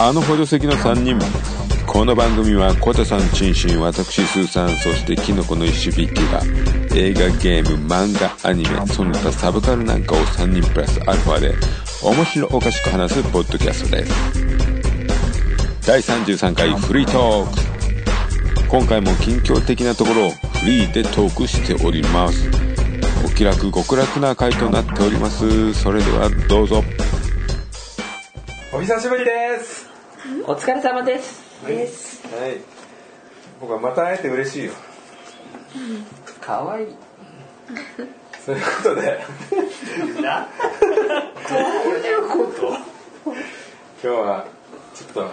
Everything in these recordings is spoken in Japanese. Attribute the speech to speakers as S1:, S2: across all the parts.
S1: あの補助席の3人この番組はコタさんチンシン私スーさんそしてキノコの石引きが映画ゲーム漫画アニメその他サブカルなんかを3人プラスアルファで面白おかしく話すポッドキャストです第33回フリートーク今回も近況的なところをフリーでトークしておりますお気楽極楽な回となっておりますそれではどうぞ
S2: お久しぶりです
S3: お疲れ様です。
S4: です。
S2: はい僕はまた会えて嬉しいよ
S3: かわいい。
S2: そういうことで
S3: な。
S2: 今日はちょっと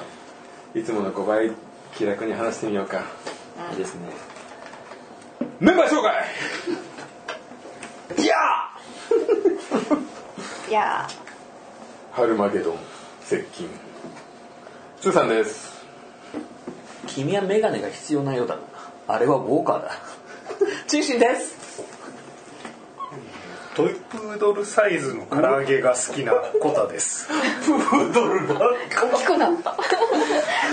S2: いつもの5倍気楽に話してみようか
S3: いいですね。
S2: メンバー紹介いや
S4: いや
S2: ーハルマゲドン接近スーさんです
S3: 君はメガネが必要なようだな。あれはウォーカーだ。中心です。
S5: トイプードルサイズの唐揚げが好きなコタです。
S4: ー、大きくなった。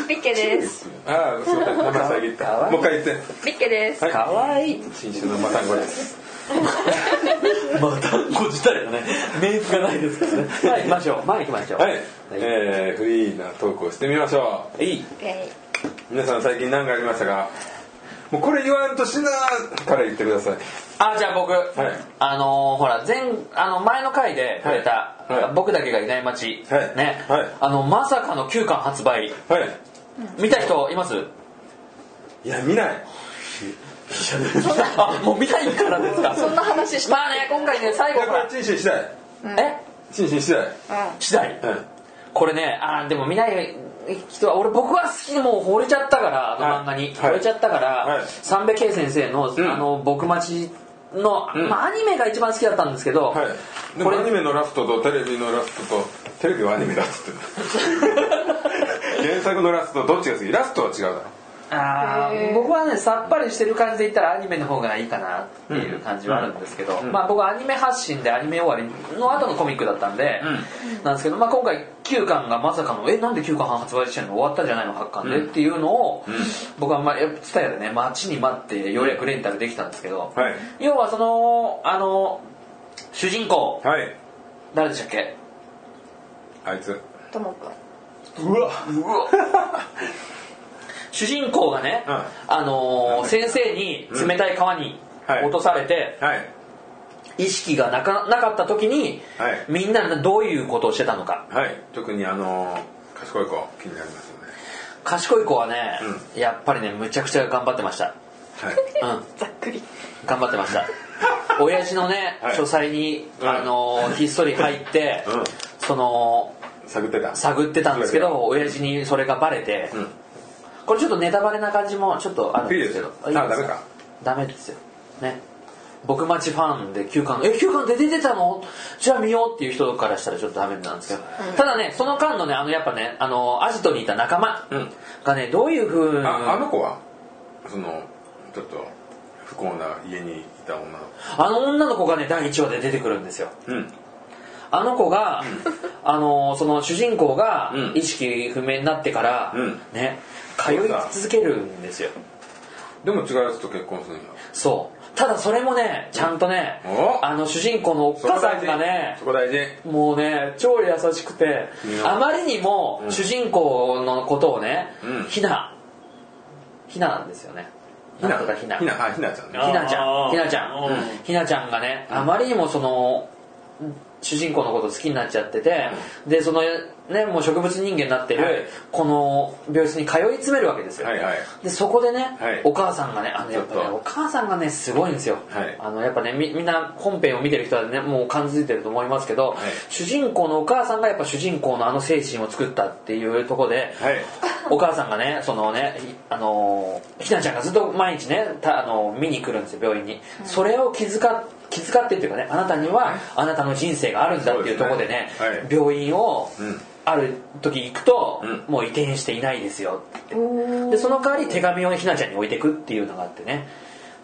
S4: ビッケです。
S2: ああすいません名前遮ったもう一回言っ
S4: ビッケです。
S2: て
S3: か
S2: は
S3: わいい。
S2: い新種のマタンゴ です
S3: まあ、単語自体がね、メイクがないですからね。前行きましょう。前行きましょう。
S2: はい、えー、フリーなトークをしてみましょう
S3: い。いい。
S4: え
S2: 皆さん最近何かありましたかもうこれ言わんとしなから言ってください
S3: あ、じゃあ僕、あのーほら、前、あの、前の回で触れた、
S2: はいはい
S3: 僕だけがいない街、
S2: はい
S3: ね、
S2: はい
S3: あの、まさかの9巻発売、
S2: はい
S3: 見た人います
S2: いや見ない
S3: あ、もう見たいからですか
S4: ー、そんな話した。
S3: まあね、今回ね、最
S2: い
S3: 後
S2: や
S3: ほ
S2: これ
S3: ら、
S2: チンシン次第
S3: え
S2: チンシン次第
S3: 次第、
S2: うん
S3: これねあーでも見ない人は俺僕は好きでもう惚れちゃったからあの
S2: はい
S3: 漫画に、
S2: はい
S3: 惚れちゃったから、
S2: はい
S3: 三部圭先生の「
S2: ん
S3: あの僕待ちの」
S2: ん
S3: まあ、アニメが一番好きだったんですけど、
S2: はいで
S3: こ
S2: も
S3: れ
S2: アニメのラストとテレビのラストとテレビはアニメだっつってる原作のラストどっちが好きラストは違うだろ
S3: あー
S4: へー
S3: 僕はねさっぱりしてる感じで言ったらアニメの方がいいかなっていう感じはあるんですけど、まあ、僕はアニメ発信でアニメ終わりの後のコミックだったんで、なんですけど、まあ、今回9巻がまさかの「えなんで9巻半発売してるの終わったじゃないの8巻で」っていうのを、僕はまあやっぱ伝えでね待ちに待ってようやくレンタルできたんですけど、
S2: はい
S3: 要はそのあの主人公
S2: はい
S3: 誰でしたっけ
S2: あいつ
S4: ともくん。
S2: うわ
S3: うわ 主人公がね、
S2: うん
S3: あのー先生に冷たい川に
S2: はい
S3: 落とされて、
S2: はい
S3: 意識がなかなかった時に、
S2: はい
S3: みんなどういうことをしてたのか
S2: はい特にあのー賢い子気になりますよね
S3: 賢い子はね、やっぱりねむちゃくちゃ頑張ってました
S2: はい
S3: うん
S4: ざっくり。
S3: 頑張ってました親父のね、
S2: はい
S3: 書斎に、
S2: うん
S3: あのーひっそり入って、
S2: うん
S3: その
S2: 探ってた
S3: 探ってたんですけど親父にそれがバレて、
S2: うん
S3: これちょっとネタバレな感じもちょっとあるんですけど
S2: いいですよあダメか
S3: ダメですよね僕待ちファンで9巻「え9巻で出てたのじゃあ見よう」っていう人からしたらちょっとダメなんですけど、ただねその間のねあのやっぱねあのアジトにいた仲間
S2: うん
S3: がねどういうふうに
S2: ああの
S3: あ
S2: 子はそのちょっと不幸な家にいた女の
S3: の女の子がね第1話で出てくるんですよ
S2: 子うん
S3: あの子が、あのその主人公が
S2: うん
S3: 意識不明になってから、
S2: うん
S3: ね通い続けるんですよ
S2: でも違うやつと結婚するんだ
S3: そうただそれもねちゃんとね、
S2: お
S3: あの主人公のおっかさんがね
S2: そこ大事
S3: もうね超優しくて
S2: うん
S3: あまりにも主人公のことをね、
S2: うん
S3: ひなひななんですよねなんとかひな
S2: ひなはいひなちゃんね
S3: ひなちゃん
S5: あ
S3: ひ
S5: ー
S3: なちゃん
S5: うん
S3: ひなちゃんがねあまりにもその主人公のこと好きになっちゃっててでそのねもう植物人間になって
S2: はい
S3: るこの病室に通い詰めるわけですよ
S2: はいはい
S3: でそこでね
S2: はい
S3: お母さんがねあのやっぱね
S2: ちょっと
S3: お母さんがねすごいんですよ
S2: はい
S3: あのやっぱねみみんな本編を見てる人はねもう感づいてると思いますけど
S2: い
S3: 主人公のお母さんがやっぱ主人公のあの精神を作ったっていうところで
S2: はい
S3: お母さんがねそのねひあのーひなちゃんがずっと毎日ねたあのー見に来るんですよ病院に、それを気遣っ気遣ってっていうかねあなたにはあなたの人生があるんだっていうところでね
S2: そうですねはい
S3: 病院を、
S2: うん
S3: ある時行くと、
S2: うん
S3: もう移転していないですよってでその代わり手紙をひなちゃんに置いてくっていうのがあってね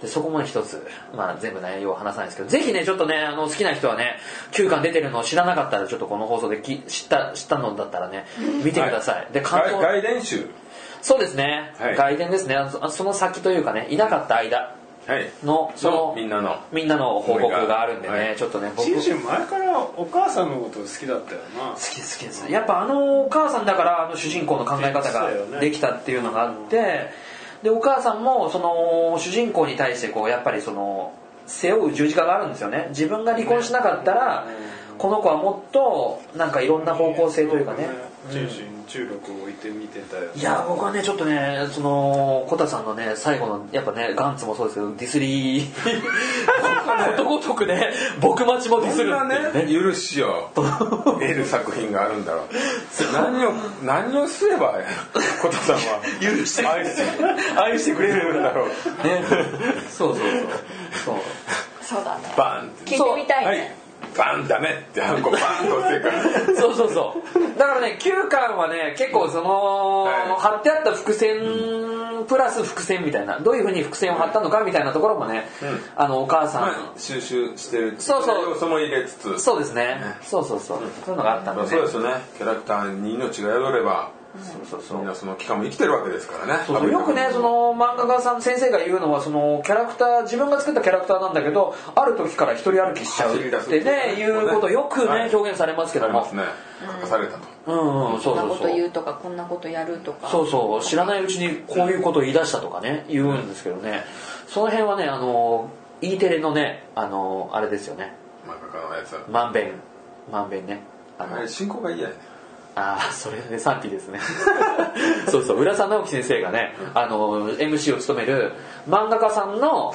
S3: でそこもね一つ、まあ、全部内容は話さないですけどぜひねちょっとねあの好きな人はね9巻出てるのを知らなかったらちょっとこの放送でき知った知ったのだったらね見てください、で感
S2: 外
S3: 動
S2: 外伝集
S3: そうですね、
S2: はい
S3: 外伝ですねそその先というかねいなかった間
S2: はい
S3: のその
S2: みんなの
S3: みんなの報告があるんでね、
S2: はい
S3: ちょっとね僕
S5: シンシン前からお母さんのこと好きだったよな
S3: 好き好きですねやっぱあのお母さんだからあの主人公の考え方ができたっていうのがあってでお母さんもその主人公に対してこうやっぱりその背負う十字架があるんですよね自分が離婚しなかったらこの子はもっとなんかいろんな方向性というかね
S5: シンシン注力を置いて見てたよ
S3: いや僕はねちょっとねそのコタさんのね最後のやっぱねガンツもそうですけどディスり ことごとくね僕待ちもディス
S2: そん
S3: る
S2: な
S3: っていうね
S2: ね許し を得る作品があるんだろう何を何をすればコタさんは許して愛して愛してくれるんだろう
S3: ねそうそうそうそう
S4: そうだね
S2: バンって
S4: 聞いてみた
S2: はいい
S4: ね
S2: バンダメってあの子バンと押してるから
S3: そうそうそう。だからね、9巻はね、結構その、
S2: はい
S3: 貼ってあった伏線、プラス伏線みたいな、どういうふうに伏線を貼ったのかみたいなところもね、あの、お母さん、
S2: まあ収集してる
S3: そうそう
S2: 要素も入れつつ
S3: そうですね。そうそうそう。そういうのがあったんでね。
S2: そうですよねキャラクターに命が宿れば
S3: そうそうそ
S2: みん
S3: う。
S2: なその期間も生きてるわけですからね
S3: そうそうよくねその漫画家さん先生が言うのはそのキャラクター自分が作ったキャラクターなんだけどある時から一人歩きしちゃうってねいうことよく
S2: は
S3: ね
S2: い
S3: 表現されますけ
S2: あ
S3: ど
S2: り
S3: も
S2: ますね書かされたと
S3: うんうんそ
S4: こ
S3: うん
S4: な
S3: そう
S4: こと
S3: そう
S4: 言うとかこんなことやるとか
S3: そうそう知らないうちにこういうことを言い出したとかね言うんですけどねその辺はねあの E テレのねあのあれですよね
S2: 漫画家のやつは
S3: まんべんまんべんねあの
S2: あれ進行がいいやね
S3: あーそれで賛否ですね そうそう浦沢直樹先生がねあの MC を務める漫画家さんの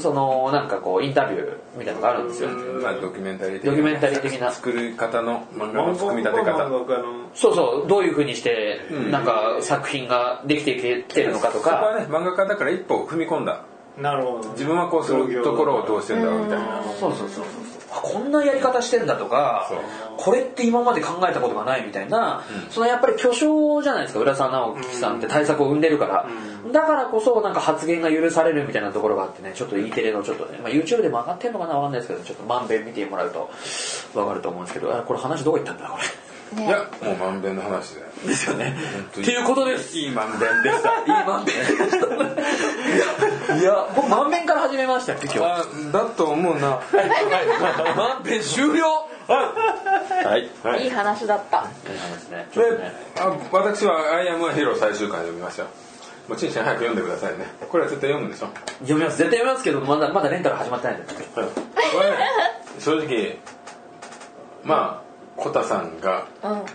S3: そのなんかこうインタビューみたいなのがあるんですよ
S2: まあドキュメンタリー的
S3: ド
S2: な
S3: キュメンタリー的な
S2: 作り方の漫画の組み立て
S5: 漫
S2: 方
S5: 画家の
S3: そうそうどういうふうにしてなんか作品ができてきてるのか
S2: そ
S3: と
S2: こ
S3: か
S2: はね漫画家だから一歩踏み込んだ
S5: なるほど
S2: 自分はこうするところをどうしてんだろうみたいな
S3: そうそうそうそうあこんなやり方してんだとか
S2: そう
S3: これって今まで考えたことがないみたいな、そのやっぱり巨匠じゃないですか浦沢直樹さんって対策を生んでるから、だからこそなんか発言が許されるみたいなところがあってねちょっと E テレのちょっとね、まあ、YouTube でも上がってるのかなわかんないですけどちょっとまんべん見てもらうとわかると思うんですけどあこれ話どこ行ったんだこれ
S2: いやもうまんべんの話で
S3: ですよね
S2: 当
S3: っ
S2: に
S3: ていうことです
S2: いいまんべんでした
S3: いいまんべんいやいや僕まんべんから始めましたよ今日
S2: あだと思うな
S3: まんべん終了はい
S4: いい話だった
S3: ですねち
S2: で
S3: ょっとね
S2: あ私は「アイアムヒーロー」最終巻読みましたよもう陳さん早く読んでくださいねこれは絶対読むんでしょ
S3: 読みます絶対読みますけどまだまだレンタル始まってないんで
S2: これね正直まあコタさんが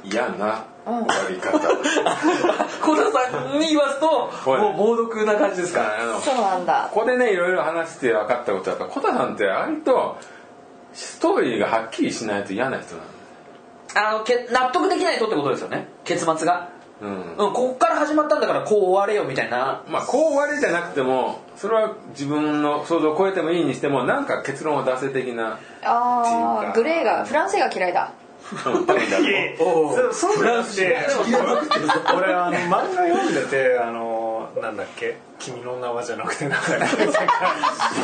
S2: 嫌な終わり方、
S3: 小田さんに言わすと
S2: はい
S3: もう猛毒な感じですから
S2: あの
S4: そうなんだ
S2: ここでねいろいろ話して分かったことはやっぱコタさんって割とストーリーがはっきりしないと嫌な人な
S3: あのけ納得できない人ってことですよね結末が
S2: のうん
S3: うんここから始まったんだからこう終われよみたいな
S2: まあこう終わりじゃなくてもそれは自分の想像を超えてもいいにしてもなんか結論を出せ的な
S4: あーグレーがフランス映画嫌いだ
S2: うん多分だと
S5: いえそそうじゃなくて 俺あの漫画読んでてあのなんだっけ君の名はじゃなくてなんだっけ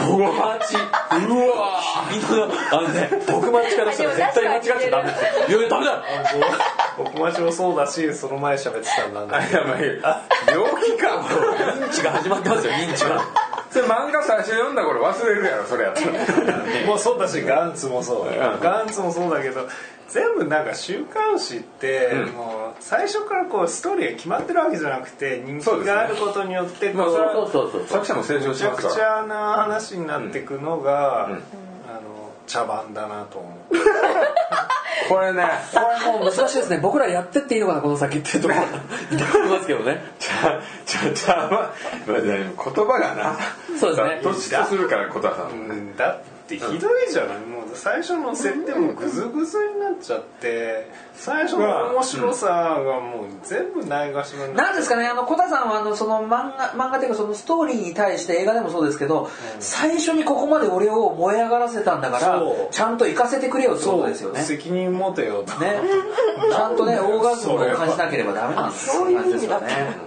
S3: 僕待ちうわみんなあのね僕待ちからしたら絶対間違っちゃダメですよいやダメだ
S5: 僕町もそうだしその前喋ってたんだ
S2: あやばい病気か
S3: 認知が始まってますよ認知が
S2: それ漫画最初読んだ頃忘れるやろそれやったら
S5: もうそうだしガンツもそうガンツもそうだけど全部なんか週刊誌って、
S2: うん
S5: もう最初からこうストーリーが決まってるわけじゃなくて人
S2: そうです
S5: 気
S2: ね
S5: があることによってこ
S2: まあそれ
S5: う
S3: そうそうそう
S2: 作者も成長
S5: め
S2: し
S5: ちゃ
S2: ます
S5: く
S2: か
S5: ち
S2: ら
S5: ゃな話になってくのが、あの茶番だなと思う
S2: これね
S3: これもう難しいですね僕らやってっていいのかなこの先っていうところが 痛くなりますけどね
S2: ちゃちゃちゃままあでも言葉がな
S3: そうですね
S2: 突出するから小田さん
S5: うんだってひどいじゃないもう最初の設定もグズグズになっちゃって最初の面白さがもう全部ないがしろになっ
S3: なんですかねあの小田さんはあのその漫画漫画っていうかそのストーリーに対して映画でもそうですけど、最初にここまで俺を燃え上がらせたんだから
S5: そう
S3: ちゃんと行かせてくれよってこと
S5: そう
S3: ですよね。ね
S5: 責任持てよと
S3: ちゃんとねオーガズムを感じなければダメなんですよ
S4: そういう意味
S3: 感じですよね。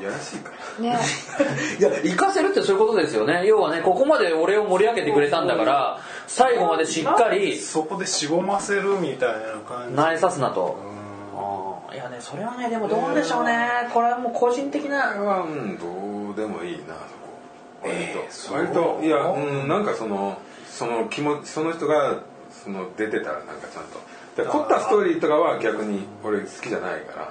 S2: いやらしいから
S4: ね
S3: いや行かせるってそういうことですよね要はねここまで俺を盛り上げてくれたんだから最後までしっかり
S5: そこでしぼませるみたいな感じ
S3: 慣れさすなとあーいやねそれはねでもどうでしょうねこれはもう個人的
S2: あれ
S3: な
S2: はうんどうでもいいなそこ割と、
S5: えーそう
S2: 割といやうんなんかそのその気持ちその人がその出てたらなんかちゃんとで凝ったストーリーとかは逆に俺好きじゃないから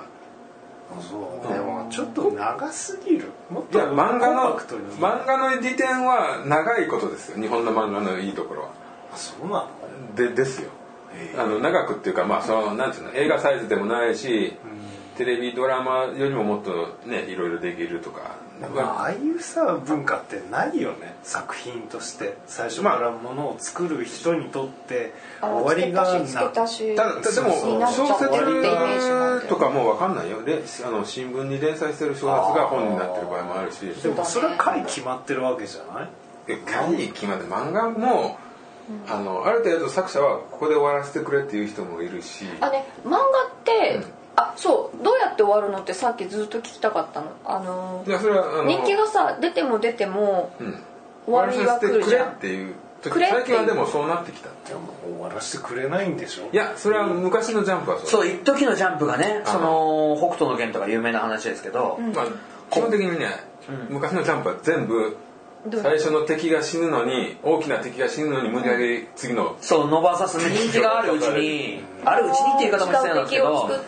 S5: そうでもちょっと長すぎるもっ
S2: い
S5: と
S2: や漫画
S5: コン
S2: の
S5: パクトに
S2: 漫画の利点は長いことですよ日本の漫画のいいところは
S5: あそうなの
S2: でですよ
S5: へ
S2: あの長くっていうかまあそのなんていうの映画サイズでもないしテレビドラマよりももっとねいろいろできるとか
S5: まあ、ああいうさ文化ってないよね作品として最初からものを作る人にとって終わりが
S4: つけ
S5: な
S4: たしつけ
S2: た
S4: た
S2: だ
S4: し
S2: で
S5: そうそう
S2: も
S5: なっち
S2: 小
S5: ゃう終わりってイメー
S4: ジなんだ
S2: 説
S4: よ
S2: とかもう分かんないよであの新聞に連載してる小説が本になってる場合もあるし
S5: でもそれは回決まってるわけじゃない
S2: で会議決まって漫画もあのある程度作者はここで終わらせてくれっていう人もいるし
S4: あね漫画って、あそうどうやって終わるのってさっきずっと聞きたかったのあの
S2: いやそれはあの
S4: 人気がさ出ても出ても
S2: うん
S4: 終わりが来るじ
S2: 終
S4: ゃ
S2: わらせてくれっ
S4: ん
S2: ていう時
S4: くれっていう
S2: 最近はでもそうなってきた
S5: でも終わらせてくれないんでしょ
S2: いやそれは昔のジャンプはそう
S3: そう一時のジャンプがね
S2: あ
S3: その北斗の拳とか有名な話ですけど、
S2: まあ、基本的にね、昔のジャンプは全部
S4: どう
S2: 最初の敵が死ぬのに大きな敵が死ぬのに無理やり次の
S3: そうノバサスの人気があるうちにあるうちにっていう言い方も必要なんですけ
S4: 違う敵を
S3: ど
S4: 作っ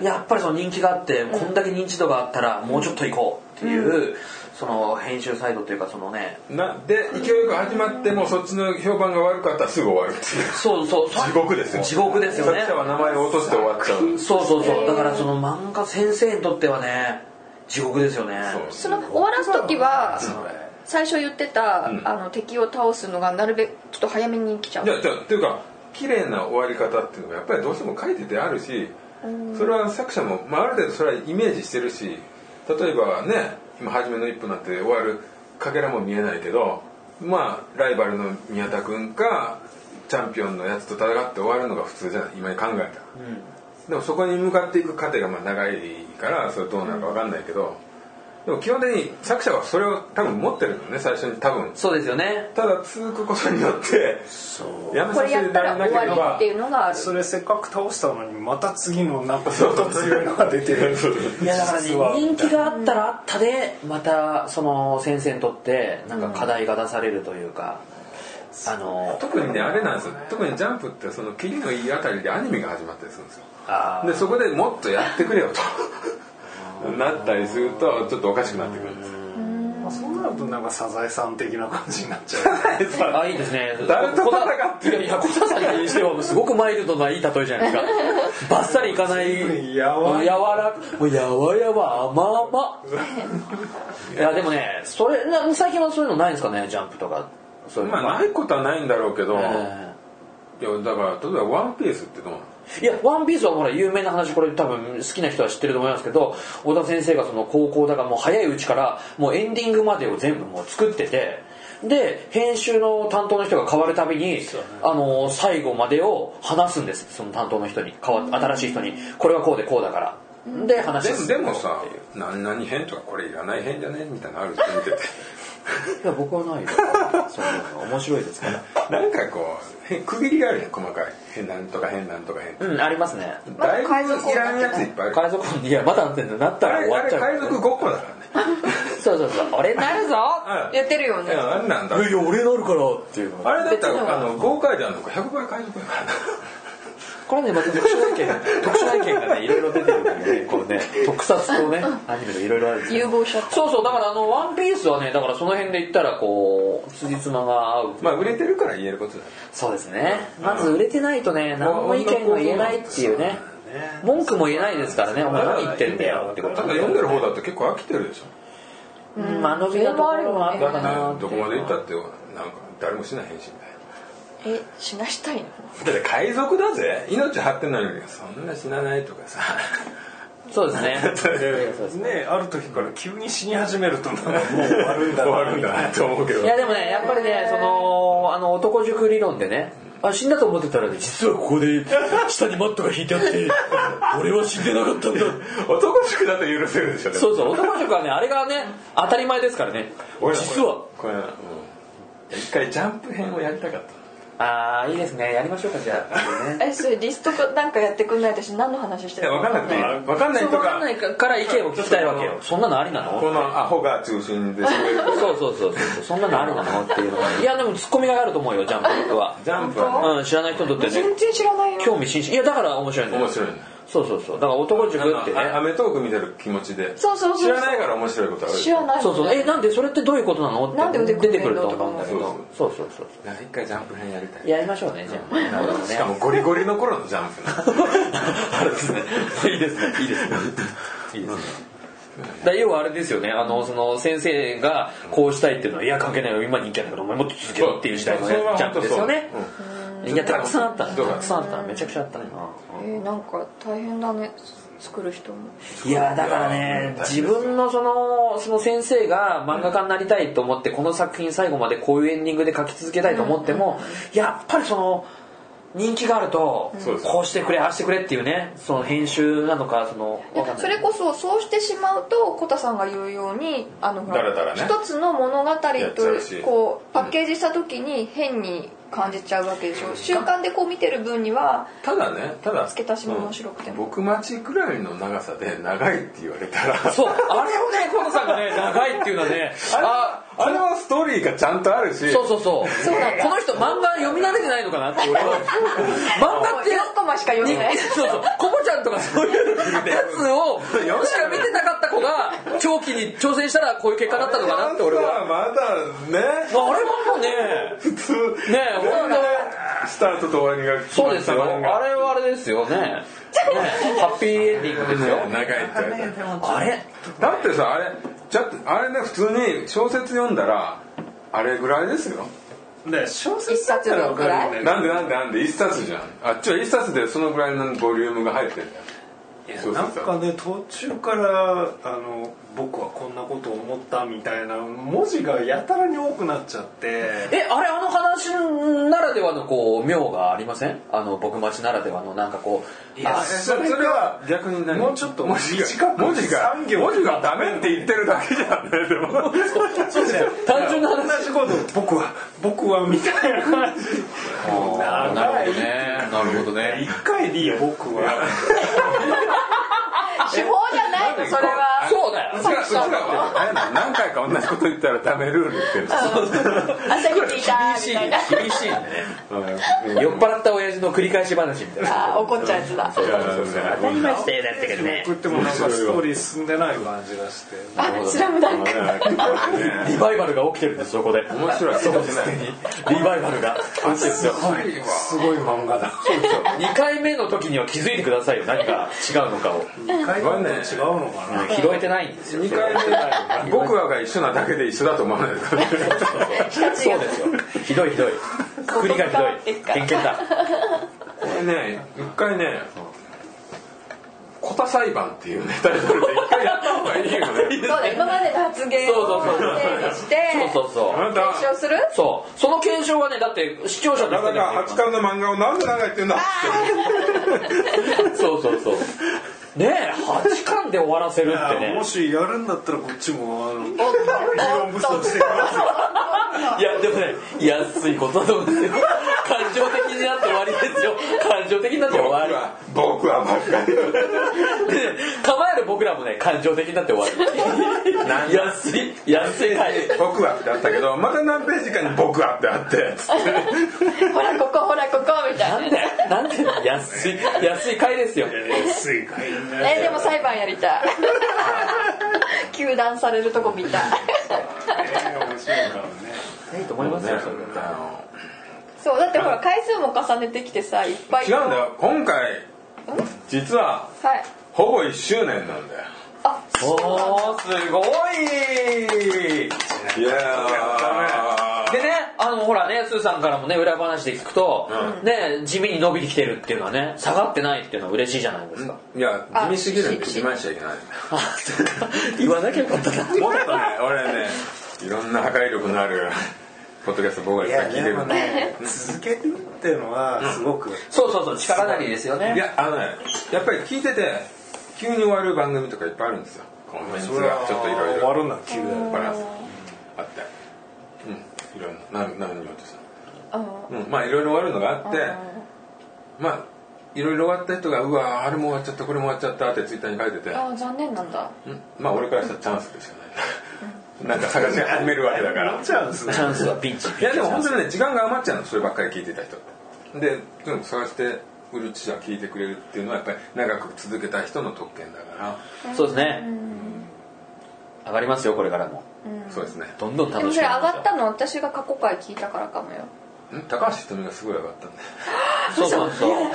S4: て
S3: やっぱりその人気があってこんだけ認知度があったらもうちょっと行こうっていうその編集サイドというかそのね
S2: なで勢いよく始まってもそっちの評判が悪かったらすぐ終わるっていう
S3: そうそう
S2: 地獄ですよ
S3: 地獄ですよね
S2: 作者は名前を落として終わっちゃう
S3: そうそうそうだからその漫画先生にとってはね地獄ですよね
S2: そ
S4: その終わらす時は
S5: それ
S4: 最初言ってた、
S2: うん
S4: あの敵を倒すのがなるべくちょっと早めに来ちゃ
S2: う
S4: う
S2: じゃあじゃあっていうか綺麗な終わり方っていうのがやっぱりどうしても書いててあるしそれは作者も、まあ、ある程度それはイメージしてるし例えばね今初めの一歩なんて終わるかけらも見えないけどまあライバルの宮田君がチャンピオンのやつと戦って終わるのが普通じゃない今考えたら。
S3: うん
S2: でもそこに向かっていく過程がまあ長いからそれどうなるか分かんないけど、でも基本的に作者はそれを多分持ってるのね最初に多分
S3: そうですよね
S2: ただ続くことによって
S5: そう
S2: やめ
S4: こ
S2: さ
S4: れ
S2: せ
S4: や
S2: て
S4: っ
S2: い
S4: た
S2: ただ
S4: ら
S2: けな
S4: 終
S2: けれ
S4: わりっ
S2: ば
S4: ていうのがある
S5: それせっかく倒したのにまた次のなんかちょっと強いのが出てる
S3: いやだからね
S5: 実は
S3: 人気があったらあったでまたその先生にとってなんか課題が出されるというか、あの
S2: 特にねあれなんですよ特にジャンプってその切りのいいあたりでアニメが始まったりするんですよ
S3: あ
S2: でそこでもっとやってくれよとなったりするとちょっとおかしくなってくるんですよ
S5: まあそうなるとなんかサザエさん的な感じになっちゃう
S3: ー あいいですね
S2: 誰と戦って
S3: いやいや小田さんにしてはすごくマイルドないい例えじゃないです かバッサリいかない
S5: やわ
S3: 柔らかもうやわやわ甘 々いやでもねそれな最近はそういうのないんですかねジャンプとかそういうの
S2: まあないことはないんだろうけど、
S3: えー
S2: いやだから例えば「ワンピースってどうなの
S3: いや、ワンピースはほら、有名な話、これ多分好きな人は知ってると思いますけど、小田先生がその高校だからもう早いうちから、もうエンディングまでを全部もう作ってて、で、編集の担当の人が変わるたびに、あのー、最後までを話すんです、その担当の人に、変わ新しい人に。これはこうでこうだから。で、話。
S2: ですでもさ「何々編」とか「これいらない編じゃね?」みたいなのあるって見てて
S3: いや、僕はない です。その面白いですから。
S2: なんかこうへ区切りがあるやん細かい変なんとか変なんとか変
S3: うん、ありますね。
S4: まだ
S2: だい
S4: 海
S2: ぶ
S4: 賊
S2: いらんやついっぱいある
S3: 海賊いや、まだなってんだなった
S2: あ
S3: ら終
S2: れ
S3: わ
S2: あ
S3: っ
S2: れ
S3: ちゃうから
S2: 海
S3: ね。
S2: 賊ごっこだからね
S3: そうそうそう。俺なるぞ
S2: うん
S4: 言ってるよ
S2: い
S4: ね
S2: やあれなんだ
S3: いや、俺なるからっていうのが
S2: あれだった
S4: 別の
S2: らあの豪快じゃんのか100倍海 賊やからな
S3: これねまた特殊な意見が 特殊な意見がねいろいろ出てくるんでねこうね特撮とねアニメでいろいろあるんですよ
S4: 融合しちゃった
S3: そうそうだからあの「ワンピースはねだからその辺で言ったらこう辻褄が合う
S2: まあ売れてるから言えることだよ
S3: そうですねまず売れてないとね何も意見が言えないっていうね文句も言えないですからねお前何言ってんだよってこと
S2: ただ読んでる方だって結構飽きてるでしょ
S3: うんあの時のところもある
S2: だ
S3: か
S2: って
S3: な
S2: どこまで行ったってなんか誰もしない編集だよ
S4: え死なしたいの
S2: だって海賊だぜ命張ってんのにそんな死なないとかさ
S3: そうですね
S5: ねある時から急に死に始めるとなんか もう終わるんだ
S2: 終
S5: な
S2: わるんだなと思うけど
S3: いやでもねやっぱりねそのあの男塾理論でねあ死んだと思ってたら、ね、実はここで下にマットが引いてあって 俺は死んでなかったんだ
S2: 男塾だと許せるでしょでも
S3: そうそう男の塾はねあれがね当たり前ですからね
S2: 俺ら
S3: 実は
S2: これこれうん一回ジャンプ編をやりたかった
S3: ああいいですねやりましょうかじゃあ、ね、
S4: えそれリストかなんかやってくんない私何の話して
S2: いや
S4: る
S2: 分かんなくていい
S4: わ
S2: 分かんない
S3: そう
S2: と
S3: 分かん
S2: か
S3: ないから意見を聞きたいわけよそんなのありな
S2: こ
S3: の
S2: のアホが中心で喋る
S3: そうそうそうそうそんなのありなのっていうのがいやでもツッコミがあると思うよジャンプ僕は
S2: ジャンプはね
S3: うん知らない人にとってね
S4: 全然知らないよ
S3: 興味津々いやだから面白いんだよ
S2: 面白いね
S3: そうそうそうだから男塾って
S2: あのあア
S3: ね
S2: メトーク見てる気持ちで
S4: そうそうそう
S2: 知らないから面白いことある
S4: 知ら
S2: い
S4: ない
S3: そうそうえ
S4: え
S3: なんでそれってどういうことなの
S4: なん
S3: って
S4: で腕
S3: 出
S4: 組ん
S3: て
S4: でん
S3: くる
S4: の
S3: と思うんだけどそうそうそう
S2: 一回ジャンプ編やりたい
S3: やりましょうねじゃあ、なるほどね
S2: しかもゴリゴリの頃のジャンプな
S3: あれですね。 いいですね。いいですね。いいですね。だから要はあれですよねあのその先生がこうしたいっていうのはいや関係ないよ今人気あるからお前もっと続けろっていう時代のね
S2: そうそう
S3: ジャンプですよね
S2: 本、
S3: いやたくさんあった
S2: そう
S3: たくさんあっためちゃくちゃあったな、
S4: ーなんか大変だね作る人も
S3: いやだからね自分のそのその先生が漫画家になりたいと思ってこの作品最後までこういうエンディングで書き続けたいと思ってもやっぱりその人気があると
S2: そうです
S3: こうしてくれああしてくれっていうねその編集なのかその
S4: いや
S3: わかんない
S4: それこそそうしてしまうとコタさんが言うようにあのほら
S2: だらだらね
S4: 一つの物語と
S2: やっちゃうし
S4: こうパッケージした時に変に感じちゃうわけでしょ習慣でこう見てる分には
S2: ただねただ
S4: 付け足しも面白くても
S2: うん僕待ちくらいの長さで長いって言われたら
S3: そう、あれをね、河野さんがね、長いっていうのはね、あ、
S2: あれはストーリーがちゃんとあるし
S3: そうそうそう、この人漫画読み慣れてないのかなって俺は。漫画って、
S4: 4コマしか読めない
S3: そうそう、コボちゃんとかそういうやつを、もしか見てなかった子が、長期に挑戦したらこういう結果だったのかなって俺は。
S2: はまだね
S3: あれはもうね、
S2: 普通
S3: ね
S2: ね
S3: ほんと
S2: スタートと終わりが
S3: そうですよ、あれはあれですよね。ねハッピーエンディングですよ。
S2: 長いって言われたら
S3: あれ
S2: だってさあれちょっとあれね普通に小説読んだらあれぐらいですよ
S5: で小説だったら分かるよね
S2: なんでなんでなんで一冊じゃんあっちは一冊でそのぐらいのボリュームが入ってる
S5: いや
S2: そうそう
S5: なん
S2: そう
S5: かね途中からあの「僕はこんなこと思った」みたいな文字がやたらに多くなっちゃって
S3: えあれあの話ならではのこう妙がありませんあの僕町ならではのなんかこう
S5: や
S3: あ
S5: そ
S2: それ
S5: れが
S2: は逆に何
S5: もうちょっと
S2: 文字が
S5: 短く
S2: 文字が
S5: 三行
S2: 文字がダメって言ってるだけじゃんねでも
S3: そうですね単純な
S5: 同
S3: 話
S5: じこと「僕は僕は」みたいな感じ
S3: あー
S5: 長い
S3: なるほどね
S5: 一回でいいよ僕は
S4: 手法じゃないのそれは
S3: そうだよ
S2: うちらうちらはあれなの何回か同じこと言ったらダメルール言ってる
S4: 朝日聞いたみたいな
S3: 厳しいね
S2: うん
S3: 酔っ払った親父の繰り返し話みたいな
S4: あー怒っちゃうやつだ
S2: いやそうそう
S3: 今したよだったけどね
S5: 送ってもなんかストーリー進んでない感じがして
S4: あスラムダンク
S3: リバイバルが起きてるんですそこで
S2: 面白いそうですね
S3: リバイバルが
S2: あすごいわ
S5: すごい漫画だ
S3: 2回目の時には気づいてくださいよ何か違うのかを
S5: 2回目と違うのかな
S3: 拾えてないんですよ
S2: 2回目僕らが一緒なだけで一緒だと思わないですかね
S3: そうですよひどいひどいくくりがひどい偏見だ
S2: これね一回ね「コタ裁判」っていうねタイトルで一回やった方がいいよね
S4: そうだ今までの発言
S3: そうそ
S4: を
S3: うそう
S4: 整理して
S3: そうそうそう
S2: あな
S4: 検証
S2: た
S4: する
S3: そうその検証はねだって視聴者の
S2: な
S3: 人
S2: か
S3: に
S2: なか八巻の漫画をなんで長いって言うんだ
S3: そうそうそうねえ8巻で終わらせるって
S5: いや
S3: ね
S5: もしやるんだったらこっちも
S4: お
S5: あの
S4: っと
S5: 理論武装してください
S3: いやでもね安いことだと思うんですよ感情的になって終わりですよ感情的になって
S2: 僕
S3: 終わり
S2: は僕はばっかり
S3: で構える僕らもね感情的になって終わり安い安い回
S2: 僕はってあったけどまた何ページかに「僕は」ってあってつって
S4: ほらここほらここみたい
S3: な
S4: な
S3: んでなんで安い安い回ですよ
S5: 安いかいね
S4: えーでも裁判やりたい 糾弾されるとこ見たい
S5: 面白いからね
S3: いいと思いますよそれ
S2: あ
S4: そうだってほら回数も重ねてきてさいっぱ
S2: の
S4: い
S2: 違うんだよ今回実は
S4: はい
S2: ほぼ1周年なんだよ
S4: あ
S3: おーすごい
S2: いや
S3: でね、あのほらね、スーさんからもね、裏話で聞くと、ね、地味に伸びてきてるっていうのはね、下がってないっていうのは嬉しいじゃないですか。
S2: いや地味すぎるんで自慢しちゃいけない
S3: 言わなきゃよかったな。
S2: もっとね俺ねいろんな破壊力のあるポッドキャスト僕が
S5: い
S2: いっぱ
S5: や
S2: い聞いて
S5: でも
S2: るんで
S5: ね 続けてるっていうのはすご く、
S3: そうそうそう力なりですよね
S2: いやあのねやっぱり聞いてて急に終わる番組とかいっぱいあるんですよこのメンツがちょっといろい
S5: 終わ
S2: ろ
S5: るな急だよ
S2: バランスあってうんいろんな何何に落とした
S4: あ
S2: うん、まあいろいろ終わるのがあってまあいろいろ終わった人が「うわあれも終わっちゃったこれも終わっちゃった」ってツイッターに書いてて、
S4: あ残念なんだ
S2: うんまあ俺からしたらチャンスでしか ないなんか探し始めるわけだか
S5: な
S2: ら
S5: っちゃうんですね
S3: チャンスはピンチ
S2: いやでも本当にね時間が余っちゃうのそればっかり聞いてた人でとにかく探してうるちは聞いてくれるっていうのはやっぱり長く続けた人の特権だから、
S3: そうですね上がりますよこれからも
S2: そうですね
S3: どんどん
S4: で
S3: 楽
S4: も
S3: し
S4: そ
S3: み
S4: れ上がったの私が過去回聞いたからかもよ
S2: ん高橋ひとみがすごい上がったんで
S3: そうそうそう
S4: やっ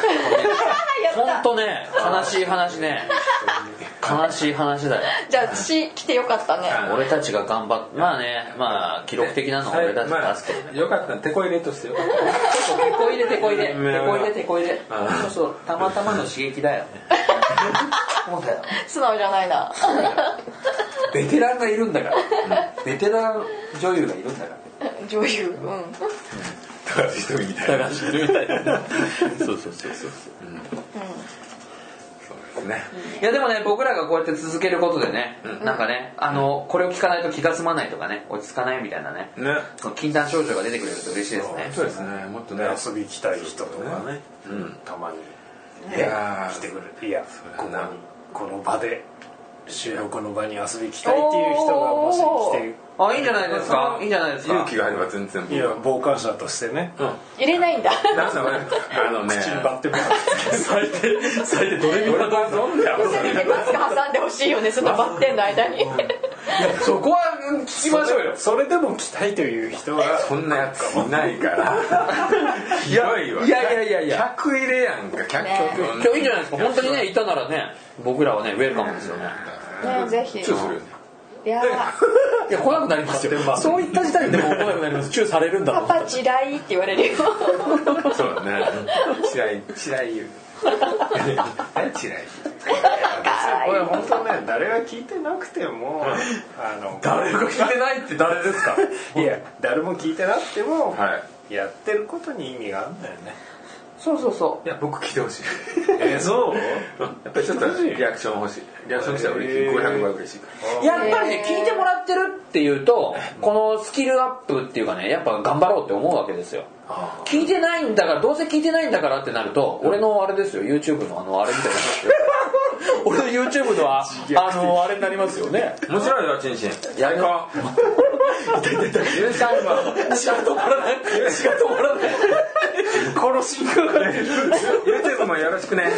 S3: 本
S4: た
S3: 当ね悲しい話ね悲しい話だよ
S4: じゃあ私来てよかったね
S3: 俺たちが頑張ってまあねまあ記録的なのは俺たちが出すけど
S2: まあ、よかった手こ入れとしてよかった
S3: そうそう手こ入れ手こ入れ手こ入れ手こ入れそうそうたまたまの刺激 だよねそうだよ
S4: 素直じゃないな
S3: ベテランがいるんだから、ベテラン女優がいるんだから
S4: 女優うん
S2: 高橋ひとみみたいな
S3: 知るみたいなそうそうそうそう
S2: そうですね
S3: いやでもね僕らがこうやって続けることでね、なんかねあのこれを聞かないと気が済まないとかね落ち着かないみたいなね
S2: ね
S3: その禁断症状が出てくれると嬉しいですね
S2: そうですねもっとね
S5: 遊び行きたい人とかね
S2: うん
S5: たまに
S2: いやー
S5: 来てくれるいやこ
S2: そ
S5: こ
S2: う
S5: に
S2: だな
S5: この場で収録の場に遊び行きたいっていう人がもし来
S3: あいいんじゃないですかいいんじゃないですか
S2: 勇気があれば全然
S5: ていや傍観者としてね
S2: うん
S4: 入れないんだ
S2: なんだ俺あのね
S5: 口にバッてもらって最低最低どれぐらい
S2: がどんだよ
S4: せめてマスク挟んでほしいよねそのバッテンの間に
S2: そこはうん聞きましょうよ
S5: それでも来たいという人が
S2: そんなやついないから ひどいわ
S3: いやいやいやいや
S2: 客入れやんか客
S4: ね
S2: 客
S3: 今日いいんじゃないですか本当にねいたならね僕らはねウェルカムですよね
S4: ねぜひ
S2: チューするよね
S4: いやー
S3: いや来なくなります
S5: でま
S3: よ
S5: あ
S3: そういった時代でも来なくなりますチューされるんだ
S4: パ
S3: と
S4: パチライって言われる よ
S2: そうだね嫌い嫌い言う何嫌い
S5: これ本当ね誰が聞いてなくてもあの
S3: 誰が聞いてないって誰ですか
S5: いや誰も聞いてなくても、
S2: は
S5: やってることに意味があるんだよね
S3: そうそうそう
S2: いいや僕聞いてほしい
S5: えそう
S2: やっぱりちょっとリアクション欲しいリアクションしたら俺
S5: へー
S2: 500倍嬉しいか
S3: やっぱりね
S4: へー
S3: 聞いてもらってるっていうとこのスキルアップっていうかねやっぱ頑張ろうって思うわけですよ
S2: あ
S3: 聞いてないんだからどうせ聞いてないんだからってなると俺のあれですよ YouTube のあのあれみたいになりますよ俺 の YouTube のああのあれになりますよね
S2: ら面白いよチンチン
S3: や
S2: 最
S3: る
S2: 高
S3: 時間が時間止まらない時間止まらない 殺しにかかってる
S2: YouTube もよろしくね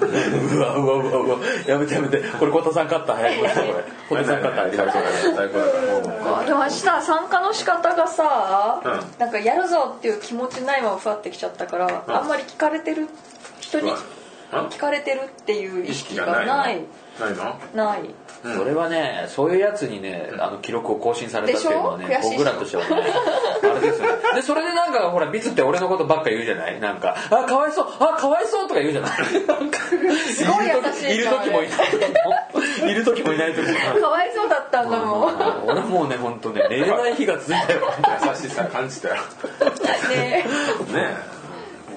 S3: うわうわうわうわやめてやめてこれ小田さんカッター早くこれ 小田さんカッターありがとう
S2: 最高だから
S4: でも明日参加の仕方がさ、
S2: う
S4: なんかやるぞっていう気持ちないままふわってきちゃったから、あんまり聞かれてる人に
S2: うん
S4: 聞かれてるっていう
S2: 意
S4: 意
S2: 識
S4: 識
S2: がな
S4: が
S2: い
S4: ない
S2: ないの
S4: ない
S3: それはねそういうやつにねあの記録を更新されたっていうのはね
S4: でしょ悔しい
S3: 僕らとしてはね あれですよねでそれでなんかほらビツって俺のことばっか言うじゃないなんか「あかわいそうあかわいそう」とか言うじゃないなんか
S4: すごい優しい
S3: る時もいる 時もいる時もいない時も
S4: かわいそうだったんだもんね
S3: 俺もうね本当ね寝れない日が続いたよ
S2: 優しさ感じたよねえ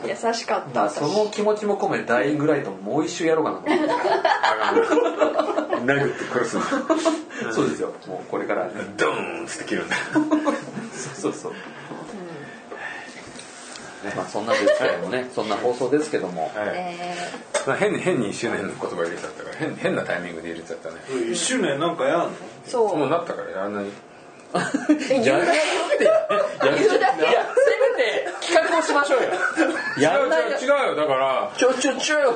S4: 優しかった私
S3: 気持ちも込めてダイイングライトもう一周やろうかなと思って
S2: 殴って殺すんだ
S3: そうですよもうこれからね
S2: ドーンって切るんだ
S3: そうそう。まあそんなですけどもね、そんな放送ですけども。
S2: はい
S4: え
S2: まあ変に変に1周年の言葉入れちゃったから変変なタイミングで入れちゃったね
S5: 1周年なんかやんの
S4: ーそう
S2: もうなったからやらない
S3: やるって、やるだけ。いや、せめて企画をしましょうよ。やらない
S2: 違う違う
S3: で
S2: 違うよだから
S3: ちょちょちょよ。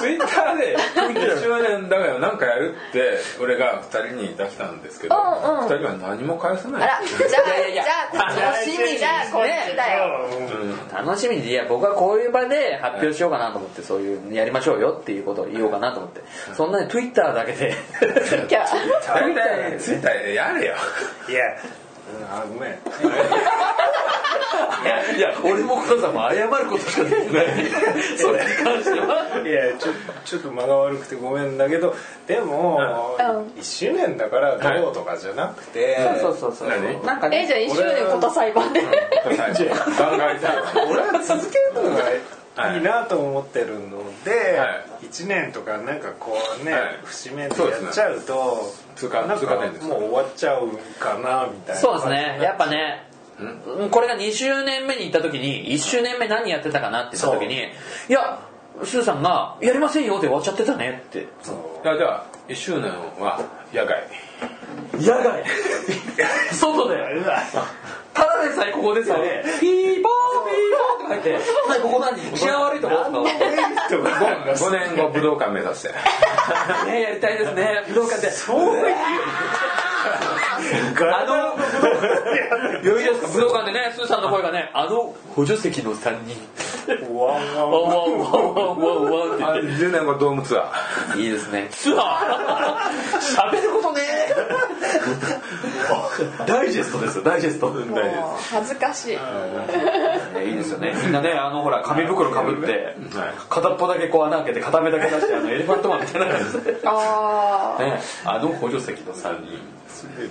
S2: ツイッターで1周年だからなんかやるって俺が2人に出したんですけど、
S4: う
S2: 二
S4: んうん
S2: 2人は何も返さない
S4: あらじゃあじ
S3: いやいやいや
S4: ゃあ楽しみじゃあこっちだよ
S3: 楽しみにいや僕はこういう場で発表しようかなと思って、そういうやりましょうよっていうことを言おうかなと思って、そんなに Twitter だけで
S4: じゃあ
S2: だけでツイッターやれよ
S5: いや、うん、あごめん
S3: いや俺も黒さんも謝ることしかできないそれに関してはい
S5: やちょちょっと間が悪くてごめんだけどでも、
S4: うん
S5: 1周年だからどうとかじゃなくて、
S3: そうそうそうそう
S2: 何
S3: なんか
S4: え
S3: ね
S4: じゃあ一周年こた裁判で
S2: 番外だ
S5: 俺は続けるのがいいなと思ってるので、
S2: は
S5: 1年とかなんかこうね、
S2: はい
S5: 節目でやっちゃうと
S2: そうですね通過
S5: なん
S2: 通
S5: か
S2: 過点です
S5: もう終わっちゃうかなみたいな
S3: そうですねやっぱね
S2: ん
S3: うんこれが2周年目に行った時に1周年目何やってたかなって言った時にいやスーさんが「やりませんよ」で終わっちゃってたねって
S2: じゃあじゃあ1周年は野外
S3: 野外外でただでさえここでさえピーポーピーポーって書いて「はいここ何治安悪いとこ?」とか
S5: 人が
S2: 5年後武道館目指して
S3: ねやりたいですね武道館でそうあの余裕ですか武道館でねスーさんの声がねあの補助席の3人
S5: ワン
S3: ワ
S5: ワン
S3: ンワンワンワンワンワンって
S2: あ10年後ドームツアー
S3: いいですね。ツアー喋ることねダイジェストですよ、ダイジェスト。
S4: もう恥ずかしい
S3: いいですよね。みんなね、あのほら、紙袋かぶって、
S2: はい
S3: 片っぽだけこう穴開けて、片目だけ出して、あのエレファントマンみたいな感じで。
S4: あ
S3: ね、あの補助席の3人。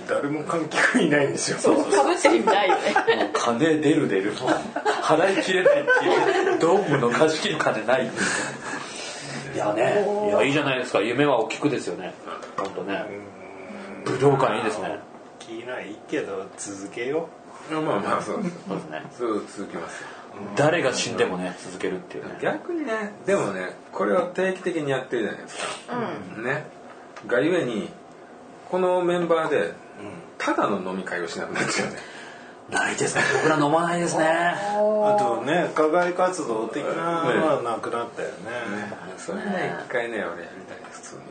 S5: 誰も観客いないんですよそう
S4: あかぶってる意味ないよね
S3: もう金出る出る、もう払いきれないっていう、ドームの貸し切る金ないんですよ。いやね、いや、いいじゃないですか。夢は大きくですよね。ほんとね。武道館いいですね。
S5: 気ないけど続けよ
S2: まあまあそうです
S3: そうですね。
S2: そう続きます
S3: 誰が死んでもね続けるっていうね
S2: 逆にねでもねこれを定期的にやってるじゃないですか、ねがゆえにこのメンバーでただの飲み会をしなくなっちゃうね
S3: ないですね僕ら飲まないですね
S5: あとね課外活動的なのはなくなったよね
S2: それね一回ね俺やりたいです普通に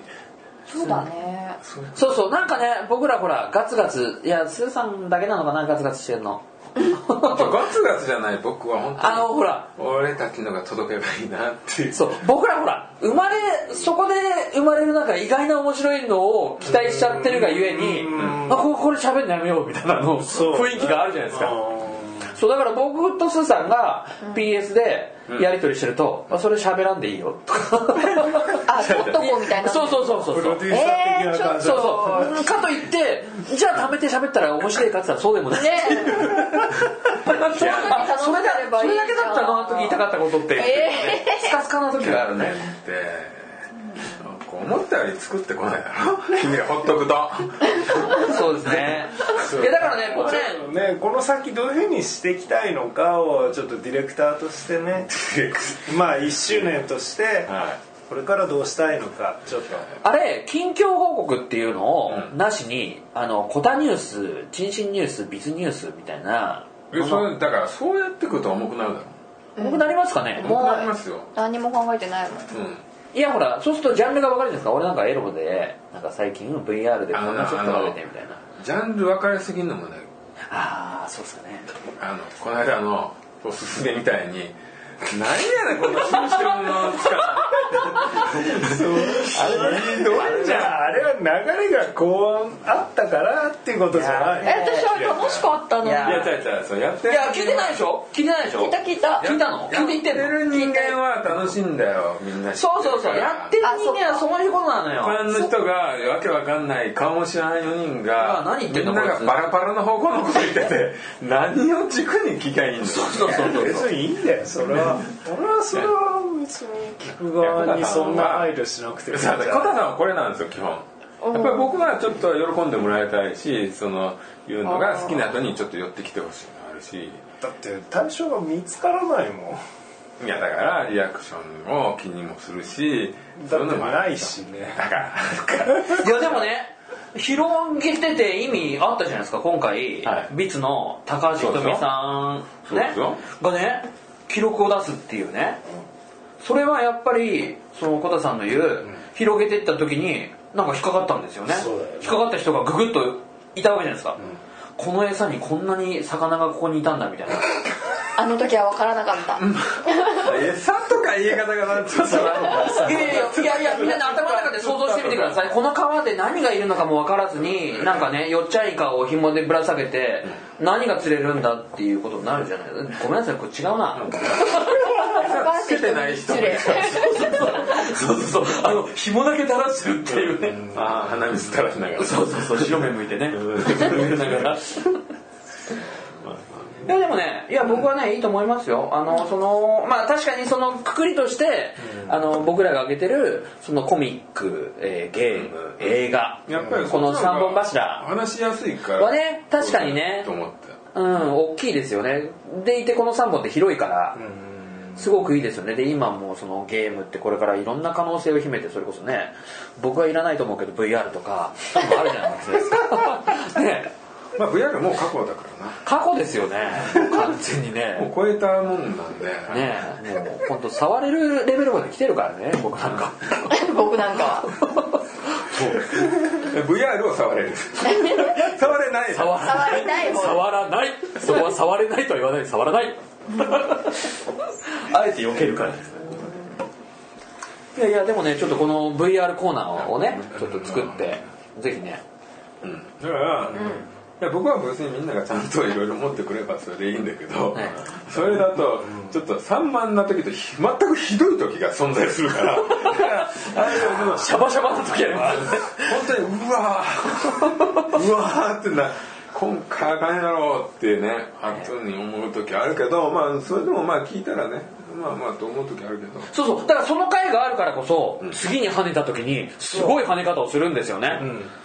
S4: そうだね
S3: そうそうなんかね僕らほらガツガツいやスーさんだけなのかなガツガツしてるの
S2: ガツガツじゃない僕は本当
S3: あのほら
S2: に俺たちのが届けばいいなっていう
S3: そう僕らほら生まれそこで生まれるなんか意外な面白いのを期待しちゃってるがゆえにあここれ喋るのやめようみたいなの雰囲気があるじゃないですかそうだから僕とスーさんが PS でやり取りしてると、あそれ喋らんでいいよとか
S4: あ取っとこうみたい な
S3: そうそうそうそう
S5: プ
S3: そう
S5: ロデューサー的な感じ
S3: そうそうかといってじゃあ貯めて喋ったら面白いかって言ったらそうでもない
S4: ね
S3: あそれだ
S4: そ
S3: そ
S4: んな
S3: れ
S4: に頼んでればいいじゃ
S3: だ
S4: ん
S3: けだったのあの時言いたかったことって、
S4: え
S3: スカスカな時があるね
S2: って思ったより作ってこないだろ君がほっとくと
S3: そうですねいやだからねこれね
S5: ね、この先どういうふうにしていきたいのかをちょっとディレクターとして ねまあ1周年として
S2: は
S5: これからどうしたいのかちょっと
S3: あれ近況報告っていうのをなしにあのコタニュース珍新ニュースビズニュースみたいない
S2: でそれだからそうやってくると重くなるだろ
S3: 重くなりますかね、
S2: 重くなりますよ
S4: 何も考えてないもん
S2: うん
S3: いやほらそうするとジャンルが分かるじゃないですか俺なんかエロでなんか最近 VR でこんなソフトが出てみたいな
S2: ジャンル分かれすぎんのもね
S3: ああーそうですかね
S2: あのこの間のおすすめみたいに何やねんこの新種の使
S5: じゃああれは流れがこうあったからっていうことじゃない
S4: え私は楽しかったのに
S3: いや
S2: いや違う違うそうやって
S3: いや聞いてないでしょ聞いてないでしょ
S4: 聞いた聞いた
S3: 聞いたの聞いていってん
S2: やって
S3: の
S2: る人間は楽しいんだよみんな
S3: そうそうそうやってる人間はそういうことなの
S2: 一
S3: よ
S2: 般の人がわけわかんない顔も知らない4人が
S3: あ何言ってんの
S2: みんなが
S3: こいつ
S2: バラバラの方向のこと言ってて何を軸に聞きゃいいんだそうそうそう
S5: 別にいいんだよそれは俺はそれは別に聞く側にそんな配慮しなくてもいいんじ
S2: さあ
S5: ゃな
S2: コ
S5: い
S2: タさんはこれなんですよ基本やっぱり僕はちょっと喜んでもらいたいしそのいうのが好きな人にちょっと寄ってきてほしいのあるし
S5: だって対象が見つからないもん
S2: いやだからリアクションを気にもするし
S5: だ
S2: う
S5: っ
S2: うの
S5: て
S2: も
S5: ないしね
S2: だから
S3: いやでもね広げてて意味あったじゃないですか今回、
S2: はい
S3: ビツの高橋ひとみさん
S2: そうで
S3: ね
S2: すよ
S3: がね記録を出すっていうねそれはやっぱりその小田さんの言う、広げてった時になんか引っかかったんですよね
S5: そうだよね
S3: 引っかかった人がググッといたわけじゃないですか、この餌にこんなに魚がここにいたんだみたいな
S4: あの時は分からなかった
S2: 餌とかな言い方がなっちゃっ
S3: いやいやいやいやみんな頭の中で想像してみてくださいこの川で何がいるのかも分からずになんかねよっちゃいイカを紐でぶら下げて何が釣れるんだっていうことになるじゃないごめんなさいこれ違うな
S2: つけてない人
S4: 失礼
S3: そうそうそうあの紐だけ垂らしてるっていうね
S2: ああ鼻水垂らしながら
S3: そうそうそう白目向いてね 見ながらいやでもねいや僕はねいいと思いますよあのそのまあ確かにそのくくりとしてあの僕らが挙げてるそのコミック、えーゲーム映画
S2: やっぱり
S3: この三本柱
S2: 話しやすいから
S3: はね確かにね
S2: と思って
S3: うん大きいですよねでいてこの3本って広いからすごくいいですよねで今もそのゲームってこれからいろんな可能性を秘めてそれこそね僕はいらないと思うけど VR とか多分あるじゃないですかね
S2: まあ VR もう過去だからな
S3: 過去ですよね完全にね
S2: もう超えたもんなんで
S3: ねえもう本当触れるレベルまで来てるからね僕なんか
S4: 僕なんかは
S2: え VR を触れ る触れない
S3: 触ら
S4: 触りたい方
S3: 触らないそこは触れないとは言わない触らない あえて避けるからですねいやいやでもねちょっとこの VR コーナーをねちょっと作ってぜひね
S2: うんだから、いや僕は別にみんながちゃんといろいろ持ってくればそれでいいんだけど、
S3: はい
S2: それだとちょっと散漫な時とひ全くひどい時が存在するからだからあれでも
S3: シャバシャバの時あります
S2: 本当にうわーうわーってな今回あかんやろうってねあっに思う時あるけどまあそれでもまあ聞いたらねまあまあと思う時あるけど
S3: そうそうだからその回があるからこそ次に跳ねた時にすごい跳ね方をするんですよね、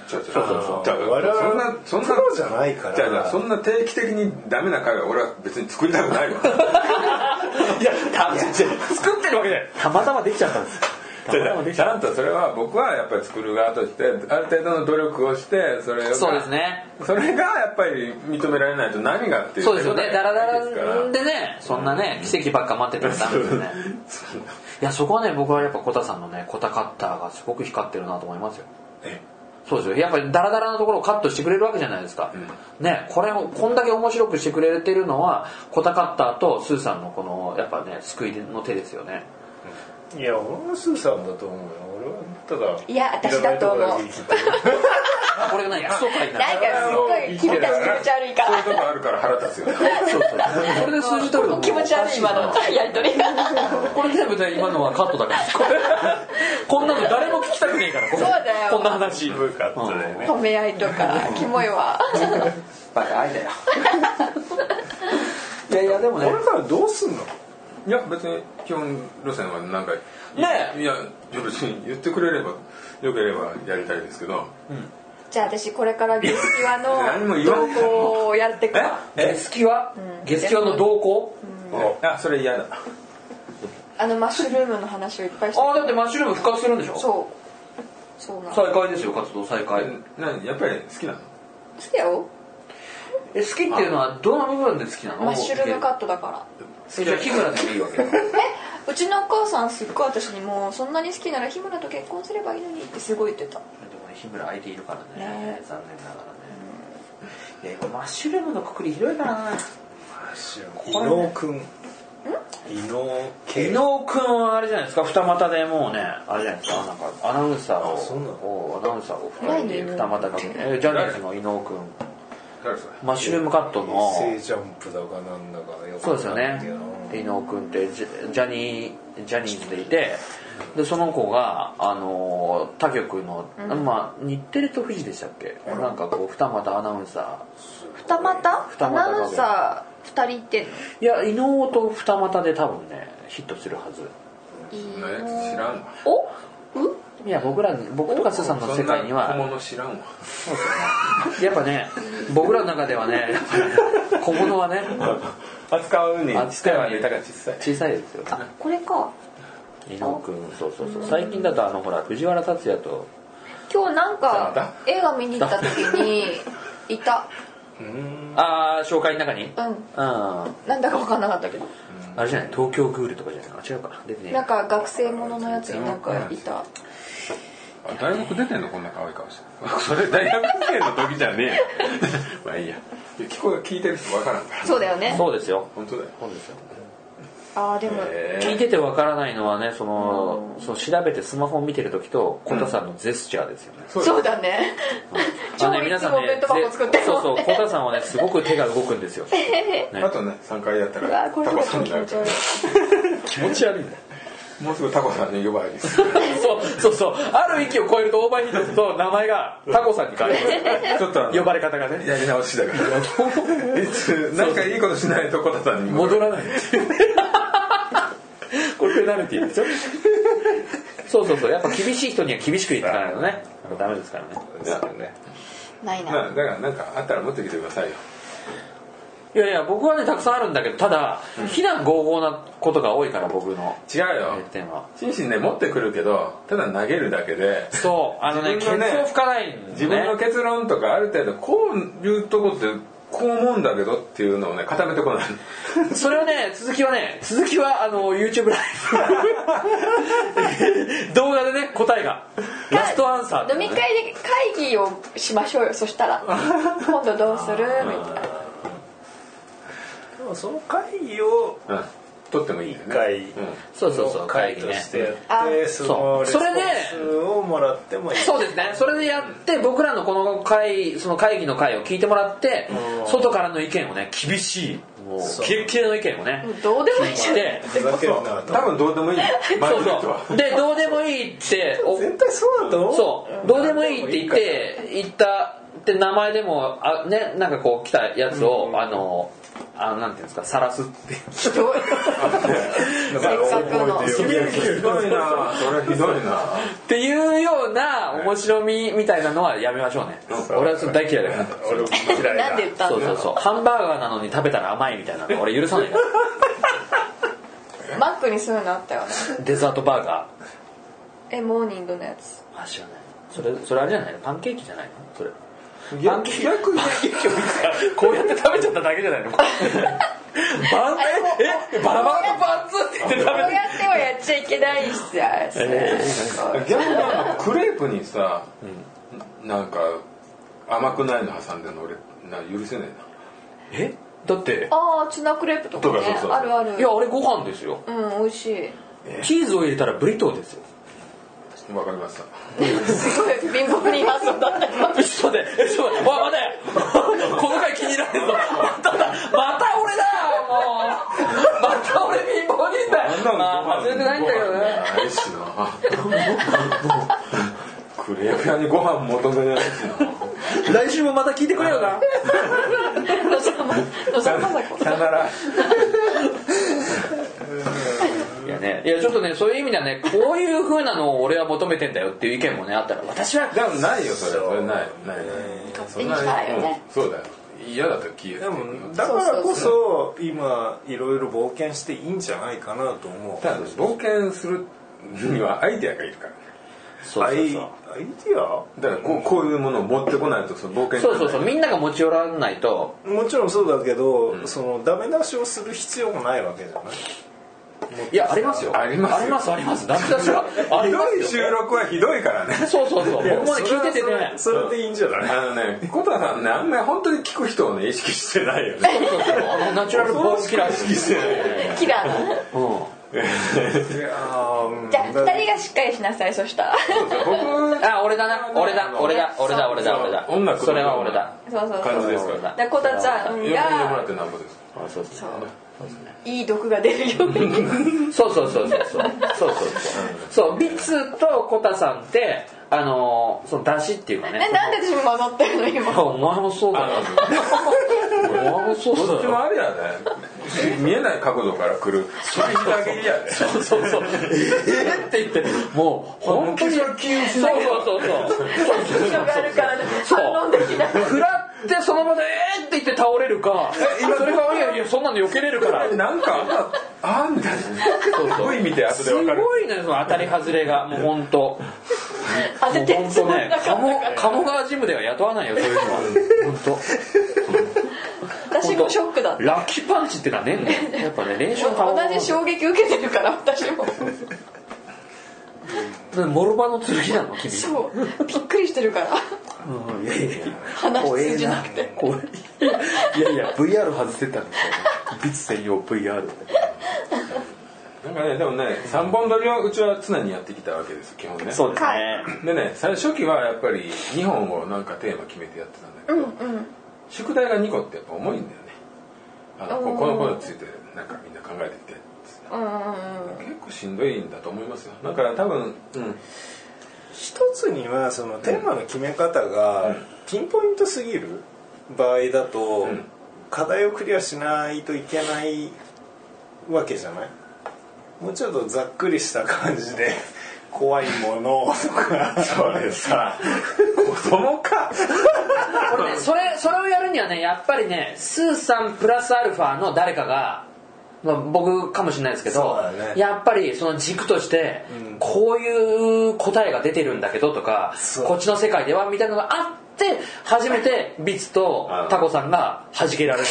S2: そうそうそう
S5: あ
S2: だ
S5: ー
S2: から
S5: 我々
S2: そんなそんな
S5: プロじゃないから
S2: じゃあじゃあそんな定期的にダメな会は俺は別に作りたくないよ
S3: いやた作ってるわけでたまたまできちゃったんですたまたまできち
S2: ち
S3: ゃっ
S2: ゃんとそれは僕はやっぱり作る側としてある程度の努力をしてそれ
S3: た
S2: が
S3: そうですね
S2: それがやっぱり認められないと何がっていう
S3: そうですよね
S2: こと
S3: ダ
S2: が
S3: ラダ
S2: ないですから
S3: ラでねそんなね奇跡ばっか待ってたらダメですよね
S2: そう
S3: いやそこはね僕はやっぱコタさんのねコタカッターがすごく光ってるなと思いますよ
S2: え
S3: そうですよやっぱりダラダラのところをカットしてくれるわけじゃないですか、ねこれをこんだけ面白くしてくれてるのはコタカッターとスーさんのこのやっぱね救いの手ですよね
S5: いや俺はスーさんだと思うよ俺はただ
S4: いや私だと思う
S5: いらないとこだけ生きてる
S3: あこれがねクソ回な
S4: なんかすごい君たち気持ち悪いか
S2: そういう
S4: ら
S2: とこあるから腹立つよね
S3: そうそうこれで数字取るのも
S4: 気持ち悪い今のやりとりが
S3: これ全部で今のはカットだからこれ こんなの誰も聞きたくねえからこんな
S4: そうだよ
S3: こんな話
S5: 渋かったよね
S4: 褒め合いとかキモいわ
S3: バカ愛だよ いやいやでもね
S5: これからどうすんの
S2: いや別に基本路線は何か
S3: ねえ
S2: いや別に言ってくれればよければやりたいですけど
S4: じゃあ私これから月際
S2: 何も
S4: の
S2: 言わ
S4: 動
S2: ん
S4: 向をやってくわ
S3: ゲスキはゲスキはの動向
S2: あそれ嫌だ
S4: あのマッシュルームの話をいっぱいして
S3: ああだってマッシュルーム復活するんでしょ
S4: そうそうなの好
S3: 再開ですよ活動再開
S2: 何やっぱり好きなの
S4: きだよ
S3: え好きっていうのはどの部分で好きなの
S4: マッシュルームカットだから
S3: えじゃあ日村でもいいわけよ
S4: えうちのお母さんすっごい私にもうそんなに好きなら日村と結婚すればいいのにってすごい言ってた
S3: でもね日村空いているからね残
S4: ね
S3: 念ながらねいや今マッシュルームのくくり広いからな
S5: 伊能くん伊能
S3: 伊
S5: 圭
S3: 野尾君はあれじゃないですか二股でもうねあれじゃないですかなんかアナウンサー
S5: あそうなの
S3: をおアナウンサーを二人で二股かけてえジャニーズの伊野尾君
S2: 誰それ
S3: マッシュルームカットの
S5: 正ジャンプだかなんだかよく
S3: そう
S5: わ
S3: です
S5: か
S3: よ
S5: んない
S3: ね
S5: け
S3: 伊
S5: ど
S3: 野尾君ってジャジャニージャニーズでいてでその子が、あのー他局の、まあ、日テレと富士でしたっけ、なんかこう二股アナウンサ
S4: 二股
S3: 二
S4: ア
S3: 股
S4: ナウンサー二人って
S3: ーいや伊野尾と二股で多分ねヒットするはず
S4: いい
S2: そんなやつ知らんわ
S4: おう
S3: いや僕ら僕とかスーさんの世界には
S2: そんな小物知らんわ
S3: やっぱね僕らの中ではね やっぱね小物はね
S2: 扱うに
S3: 扱うに
S2: ネタが小さい
S3: 小さいですよ
S4: あこれか
S3: 伊野尾君そうそうそう最近だとあのほら藤原竜也と
S4: 今日な
S2: だ
S4: んか映画見に行った時にいた
S3: ああ紹介の中に
S4: うん
S3: うん
S4: なんだか分かんなかったけど
S3: あれじゃない東京グールとかじゃないか違うか出てねえ
S4: なんか学生もののやつになんかいた
S2: あ大学出てんのこんな可愛い顔して それ大学生の時じゃねえよ まあいいやいや聞こえ聞いてる人わからんから
S4: そうだよね
S3: そうですよ
S2: 本当だよ
S3: そうですよ
S4: ああでも、
S3: 聞いててわからないのはねその、そう調べてスマホを見てる時とコタさんのジェスチャーですよね、
S4: そうだね
S3: あ
S4: 超
S3: のね
S4: い
S3: 皆
S4: つ
S3: さん
S4: も
S3: ね
S4: 弁当箱作って
S3: ぜ
S4: る
S3: そう
S4: も
S3: そ
S4: ん
S3: う
S4: ね
S3: コタさんはねすごく手が動くんですよ
S2: あとね3回やった
S4: う
S2: ら
S4: わこれ
S2: タ
S4: と
S2: コ
S4: か
S2: さ
S4: 超
S2: んに
S4: 気
S2: な
S4: 持
S2: る
S4: ち
S2: か
S4: 悪い
S3: 気持ち悪いんだ
S2: らもうすぐタコさんに呼ばれる
S3: そうそうそうある域を超えるとオーバーヒートすると名前がタコさんに変わりま
S2: ちょっとあ
S3: す呼
S2: の
S3: ばれ方がね
S2: やり直し だからいつなんかいいことしないとコタさんに
S3: 戻
S2: る
S3: らないっていう これペナルティーですよそうそうそうやっぱ厳しい人には厳しく言っていかないとねダメですからね
S2: だからね
S4: ないな、
S2: まあだからなんかあったら持ってきてくださいよ
S3: いやいや僕はねたくさんあるんだけどただ非難合々なことが多いから僕の
S2: 違うよ
S3: 欠点は
S2: 心身ね持ってくるけどただ投げるだけで
S3: そうあのね
S2: 自
S3: ケツを
S2: 分のね
S3: 吹かないんだよね
S2: 自分の結論とかある程度こういうとこってこう思うんだけどっていうのをね固めてこない
S3: それはね続きはね続きはあの YouTube ラ イブ動画でね答えがラストアンサーって
S4: 飲
S3: ね
S4: み会で会議をしましょうよそし たら今度どうするみたいな
S5: でもその会議を
S2: うん取ってもいいんだよね
S5: 1回
S3: そうそうそう
S5: 会としてや
S4: 会議
S5: っ
S4: ね
S5: てそのレスポンスをもらってもいい
S3: そうですねそれでやって僕らのこの会その会議の会を聞いてもらって
S5: うん
S3: 外からの意見をね厳しいもう
S5: そう
S3: キレッキレの意見をね
S4: もうどうでもいいじゃん
S3: で
S5: ふざけるな
S2: 多分どうで もいいマ
S3: そ
S2: イ
S3: う
S2: ルとは
S3: そうでどうでもいいってお
S5: 絶対そうだと思う
S3: そうどうでもいいって言って言ったって名前でもあねなんかこう来たやつを、あのあのなんていうんですか晒すっていう
S4: ひどいせっかくの
S2: ひどいなそれひどいな
S3: っていうような面白みみたいなのはやめましょうね俺はそれ大嫌いだから
S5: 俺も嫌いだ
S4: なんで言った
S3: そう
S4: んだ
S3: そうそうハンバーガーなのに食べたら甘いみたいな の俺許さないから
S4: マックにそういうのあったよね
S3: デザートバーガ
S4: えモーニングのや つ
S3: ーあ知らないそれそれあれじゃないのパンケーキじゃないのそれパン
S2: 逆
S3: ケ
S2: に
S3: ーキパンケーキを見たらこうやって食べちゃっただけじゃ ないのこうやってバンええバラバラのパンツって言って
S4: こ
S3: 食
S4: う
S3: べて
S4: やってはやっちゃいけないしさそれ
S2: 逆にあのクレープにさ、なんか甘くないの挟んでるの俺な許せないな
S3: えだって
S4: ああツナクレープとか
S2: とかそう
S4: ね
S2: そう
S4: あるあ
S3: い
S4: る
S3: やあれご飯ですよ
S4: うん美味しい
S3: チーズを入れたらブリトーですよ
S2: わかりました
S4: すごい貧乏人発想だった 今
S3: ちょっと待ってえちょっと待って わ待てこの回気に入られるぞまただまた俺だもうまた俺貧乏人だ
S2: あん
S3: よ
S2: なの
S3: まあ外れてないんだけどね
S2: ないしな クレープ屋にご飯求めないし
S3: 来週もまた聞いてくれよな
S4: 野沢ま 野沢雅子
S2: なさよなら
S3: いやねいやちょっとねそういう意味ではねこういう風なのを俺は求めてんだよっていう意見もねあったら私は
S2: でもないよそれそれないないない
S4: 手にしたいよね
S2: うんそうだよ嫌だと消え
S5: でもだからこそ今いろいろ冒険していいんじゃないかなと思う
S2: ただ冒険するにはアイデアがいるから
S3: そう
S5: アイ
S3: そう
S5: アイデ
S3: そう
S5: ィ
S2: だからこうこういうものを持ってこないとその冒険
S3: そうそうそうみんなが持ち寄らないと
S5: アもちろんそうだけど、そのダメ出しをする必要もないわけじゃない
S3: いやありますよ
S2: ありますよ
S3: ありますありますだって私 はあ
S2: ひ
S3: りま
S2: どい
S3: すよ
S2: 収録はひどいからね
S3: そうそうそう僕もね
S5: それ
S3: 聞
S5: はい
S3: ててね
S5: それそれでいいんじゃない、
S2: あのね、コタさんね、あんまり本当に聞く人をね、意識してない よね。
S3: そうそうあのナチュラルボーンキラー
S2: 意識してないよね。
S4: キラーな
S3: うん
S5: いやーうん
S4: じゃあ
S5: だ
S4: 2人がしっかりしなさいそしたら
S2: そうそう
S3: あ俺だな俺だ俺だ俺だ俺だ俺だ
S2: 音楽
S3: それは俺だ
S4: そうそう
S2: 感
S4: そ
S2: じで
S4: うだ
S2: す
S4: か
S2: か
S3: 俺だ
S4: らこたちゃ
S2: 僕、
S4: ん
S2: 呼んでもら
S4: が
S2: ってなんぼです。
S3: あそうですね
S4: いい毒が出るように
S3: そうそうそうそうそうそうそうそうそうビッツーとコタさんってあのーその出汁っていうか
S4: え
S3: ね
S4: なんで私混ざってる の今
S3: お前もそうだなお前もそう
S2: どっ
S3: だ
S2: ち
S3: よ
S2: もあれやね。見えない角度から来る。それだけやね。
S3: そうそうそうえーって言ってもう本当にそうそうそうそう
S4: 印象があるからね反
S3: そ
S4: 応
S3: う
S4: できない
S3: 食らってその場でえーって言って倒れるかそれがいやいやそんなの避けれる から
S2: なんか、あーみたいな。すごい見て後ですわかる。
S3: ごいねその当たり外れがもう本当
S4: 当てて
S3: 本
S4: つ
S3: 当
S4: も
S3: ね
S4: りなかった
S3: 鴨鴨川ジムでは雇わないよそういうのは本
S4: 私もショックだっ
S3: 当
S4: た
S3: ラッキーパンチってのはねえんだよやっぱね練習の顔
S4: 同じ衝撃受けてるから私も
S3: モルバの剣なの君
S4: そうびっくりしてるから
S3: うんいやいやいや
S4: 話通じなくて
S3: 怖いいやいや VR 外せたんですよビッツ専用 VR
S2: かねでもね3本撮りをうちは常にやってきたわけです基本ね
S3: そうですね
S2: でね最初期はやっぱり2本をなんかテーマ決めてやってたんだけど、宿題が2個ってやっぱ重いんだよねあのここのことについてなんかみんな考えてきてっつって結構しんどいんだと思いますよだから多分、うん、
S5: 一つにはそのテーマの決め方がピンポイントすぎる場合だと
S2: ん
S5: 課題をクリアしないといけないわけじゃないもうちょっとざっくりした感じで 怖いものとかそれさ
S2: 子供か
S3: これねそれそれをやるにはねやっぱりねスーさんプラスアルファの誰かが、まあ、僕かもしれないですけ
S5: そう
S3: ど
S5: だ、ね
S3: やっぱりその軸として、
S5: うん
S3: こういう答えが出てるんだけどとか
S5: そう
S3: こっちの世界ではみたいなのがあって初めてビツとタコさんが弾けられる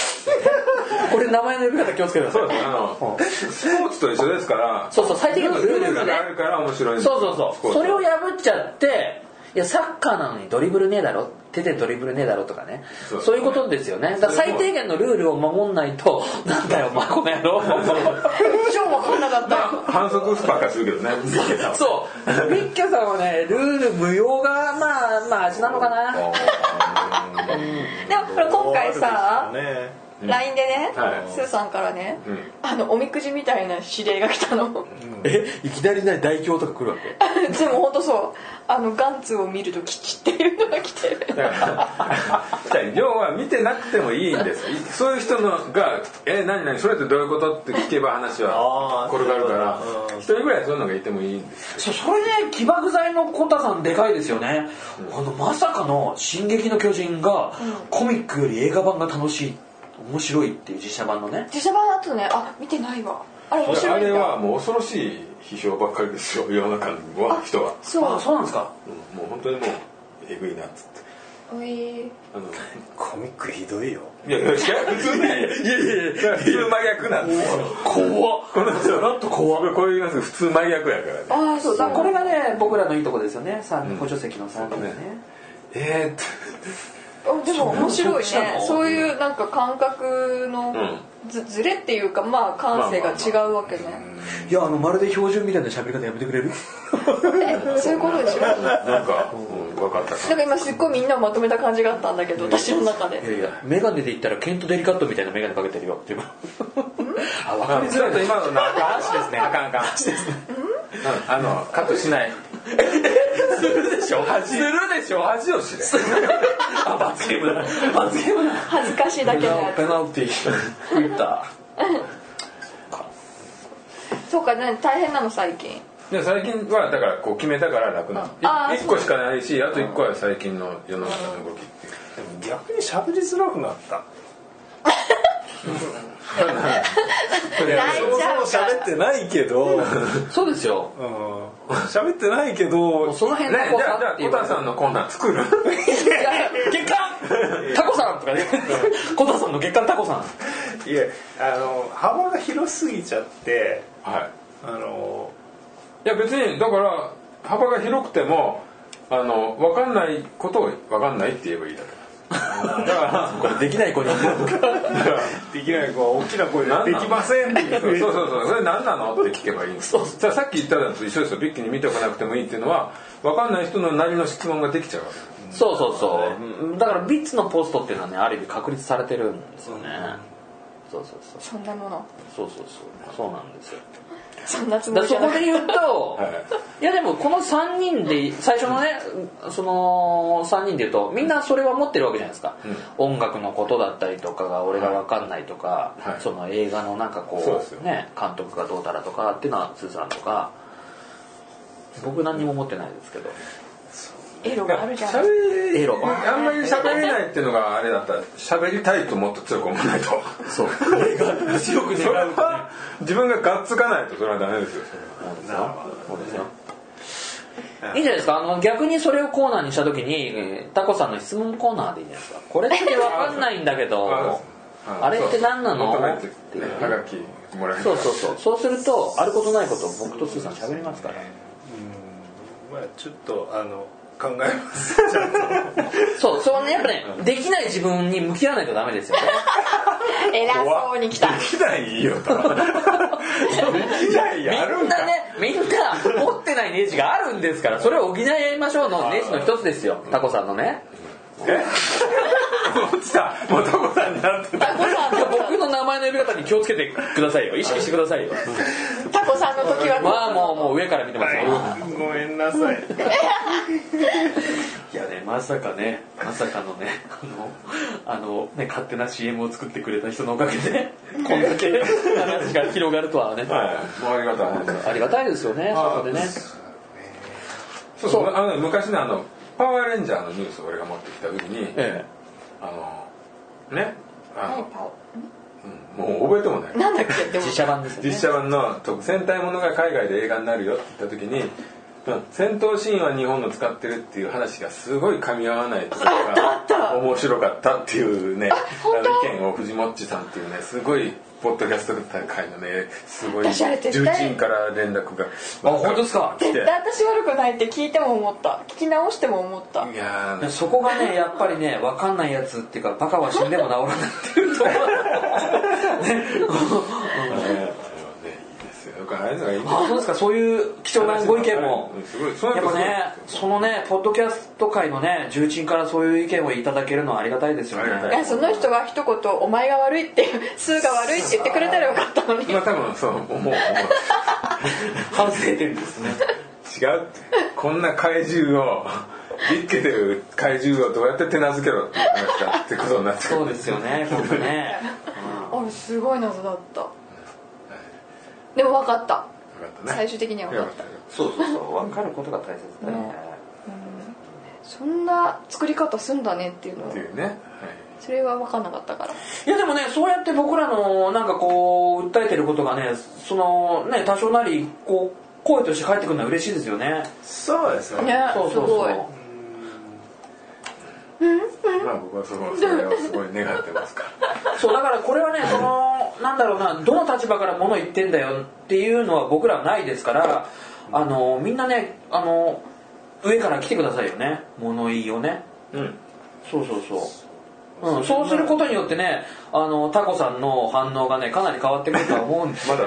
S3: これ名前の呼び方気をつけてください
S2: そうですあのスポーツと一緒ですから
S3: そうそう最低限のルールがね
S2: があるから面白いんだ
S3: そうそうそうそれを破っちゃっていやサッカーなのにドリブルねえだろ手でドリブルねえだろとかね
S2: そ
S3: そうういうことですよねだから
S2: それも
S3: 最低限のルールを守んないとなんだよお前この野郎
S4: 超わかんなかった
S2: 反則スパーカーするけどね
S3: そうミッキャさんはねルール無用がまあまあ味なのかな
S4: でもほら今回さ
S5: ね
S4: LINE でね、
S2: はい
S4: スーさんからね、
S2: ん
S4: あのおみくじみたいな指令が来たの
S3: えいきなり何代表とか来るわけ
S4: でも本当そうあのガンツを見ると吉っていうのが来てる
S2: だから要は見てなくてもいいんですそういう人のが「え何何それってどういうこと?」って聞けば話は
S5: あー
S2: 転がるから
S5: うん
S2: 一人ぐらいそういうのがいてもいいんです
S3: そそれね起爆剤のコタさんでかいですよね、あのまさかの「進撃の巨人」がコミックより映画版が楽しい面白いっていう実写版のね
S4: 自社版だとねあ見てないわあれ面
S2: あ
S4: 白いん
S2: れ
S4: だ
S2: はもう恐ろしい批評ばっかりですよ世の中の人は、
S4: そ
S3: あそうなんですか
S2: うんもう本当にもうえぐいなっつって
S4: ううい
S2: あの
S5: コミックひどいよ
S2: いやいやいや普通ねいやいやいや普通真逆なんですよ
S3: 怖っ
S2: この人
S3: ラッと怖っ
S2: こういうやつ普通真逆やからね
S4: ああそ
S3: そうう
S4: だ
S3: だ
S4: から
S3: こ
S4: これ
S3: れがね僕らのいいとこですよね三人補助席の3人ね
S2: そうえーっと
S4: あでも面白い
S3: そうな
S4: ね
S3: の
S4: そういうなんか感覚の
S2: ん
S4: ずずれっていうかまあ感性が違うわけね、
S3: いやあのまるで標準みたいな喋り方やめてくれる
S4: えそういうことでしょなん
S2: なんか、うん、分かったか
S4: か今すっごいみんなをまとめた感じがあったんだけど私の中で
S3: いやいや眼鏡で言ったらケント・デリカットみたいな眼鏡かけてるよっていう あ分かりづらい
S2: と今 のな
S3: 話ですね
S2: あかんあかんうんあのカットしない
S3: するでしょ
S2: するでしょ恥を知れ
S3: あ罰ゲームだ罰ゲームだ
S4: 恥ずかしいだけで
S3: ペナルティー打った
S4: そうかね大変なの最近
S2: で最近はだからこう決めたから楽な
S4: あー
S2: 1個しかないしあと1個は最近の世の中の動きっていう
S5: でも逆に喋りづらくなった
S4: 泣いちゃうか
S5: そう
S4: ら
S5: 喋ってないけどうん
S3: そうですよ
S5: 喋ってないけど
S3: もうその
S2: ね
S3: 辺
S2: じゃ
S3: の
S2: あ
S3: こ
S2: じゃあ
S3: さ
S2: コタさんのコーナー作 る
S3: 月刊タコさんとか ねコタさんの月刊タコさん
S5: いやあの幅が広すぎちゃって
S2: はい
S5: あの
S2: いや別にだから幅が広くてもあの分かんないことを分かんないって言えばいいだ けだか
S3: これできない子に
S5: できない子は大きな声
S2: ら
S5: でできませんって
S2: そう
S5: い う
S2: そうそうそれ何なのって聞けばいいんですささっき言ったのと一緒ですよビッキに見ておかなくてもいいっていうのは分かんない人のなりの質問ができちゃうわけ
S3: そうそうそうだからビッツのポストっていうのはねある意味確立されてるんですよねそうそうそう
S4: そんなもの
S3: そうそうそうそうなんですよ
S4: そんなつも
S3: だか
S4: りじゃな
S3: らそこ
S4: い
S3: で言うと、い、やでもこの3人で最初のねその3人で言うとみんなそれは持ってるわけじゃないですか、音楽のことだったりとかが俺が分かんないとか、
S2: はい
S3: その映画のなんか
S2: そうで
S3: こ
S2: すよ
S3: うね監督がどうたらとかっていうのはスーさんとか僕何にも持ってないですけど
S4: エロがあるじゃ
S2: 喋
S4: ん
S2: り
S3: エロ
S2: あんまり喋れないっていうのがあれだったら喋りたいともっと強く思わないと
S3: そう俺が強く
S2: それは自分ががっつかないとそれはダメですよそれは
S3: そうですよいいじゃないですかあの逆にそれをコーナーにした時にえータコさんの質問コーナーでいいじゃないですかこれってわかんないんだけどあれって何なの
S2: 求めてってねはがきもらえる
S3: そうそうそうそうするとあることないことを僕とスーさん喋りますから
S5: まあちょっとあの考えます
S3: そうそうねやっぱねできない自分に向き合わないとダメですよね
S4: 偉そうに来た
S2: できないよと
S5: いやいやある
S3: みん
S5: んか
S3: なねみんな持ってないネジがあるんですからそれを補い合いましょうのネジの一つですよタコさんのね
S2: 落ちたもうタコさんになってた
S4: タコさんの
S3: 僕の名前の呼び方に気をつけてくださいよ意識してくださいよ
S4: タコさんの時は
S3: まあもうもう上から見てますよ、
S5: はいごめんなさい
S3: いやね、まさかね、まさかのね、あの、あのね、勝手な CM を作ってくれた人のおかげで、こんだけ話が広がるとはね、
S2: はいもうありがたい話だ
S3: ありがたいですよね、そこでね。
S2: そうそうあの昔のあのパワーレンジャーのニュースを俺が持ってきた時に
S3: え
S2: あのねあの
S4: 何パオ
S2: もう覚えてもない
S4: なんだっけ
S3: え、
S4: でも
S3: 自社版ですよね。
S2: 実写版の特戦隊ものが海外で映画になるよって言った時に、うん戦闘シーンは日本の使ってるっていう話がすごい噛み合わないところが面白かったっていうねあ
S4: 本当
S2: の意見を藤もっちさんっていうねすごいポッドキャスト大会のねすごい
S4: 私あれ絶
S2: 重
S4: 対
S2: 鎮から連絡が
S3: あ、本当ですか
S2: 来て
S4: 絶対私悪くないって聞いても思った聞き直しても思った
S2: いやー
S3: そこがね、やっぱりね、わかんないやつっていうか、バカは死んでも治らないっていうところ。ね
S2: あれはねいいですよよくああいうのがいいんだよ
S3: あそうですかそういう貴重なご意見も
S2: うんすごいそういう
S3: やっ
S2: の
S3: ぱねそのねポッドキャスト界のね重鎮からそういう意見をいただけるのはありがたいですよね
S2: ありが
S4: い
S2: た
S4: やその人が一言「お前が悪い」って「数が悪い」って言ってくれたらよかったのに
S2: まあ多分そう思う思う
S3: 反省点ですね
S2: 違うってこんな怪獣をビッケてる怪獣をどうやって手なずけろっていう話だってことになってくる
S3: そうですよね本当ね、
S4: あれすごい謎だったでも分かった
S2: よかったね
S4: 最終的には分かった
S2: よかっ
S3: そうそうそう分かることが大切だよね
S4: そんな作り方すんだねっていうの
S2: た
S4: を
S2: っていうね、はい、
S4: それは分かんなかったから
S3: いやでもねそうやって僕らのなんかこう訴えてることがねそのね多少なりこう声として返ってくるのは嬉しいですよね
S5: そうですね
S4: ね
S3: そう
S4: す
S3: そうそ
S4: ご
S3: う
S4: い
S2: まあ僕はそこそれをすごい願ってますから
S3: そうだからこれはねそのなんだろうなどの立場から物言ってんだよっていうのは僕らはないですからあのみんなねあの上から来てくださいよね物言いをね
S2: うん
S3: そうそうそう、うん、そうすることによってねあのタコさんの反応がねかなり変わってくるとは思うんです
S2: まだ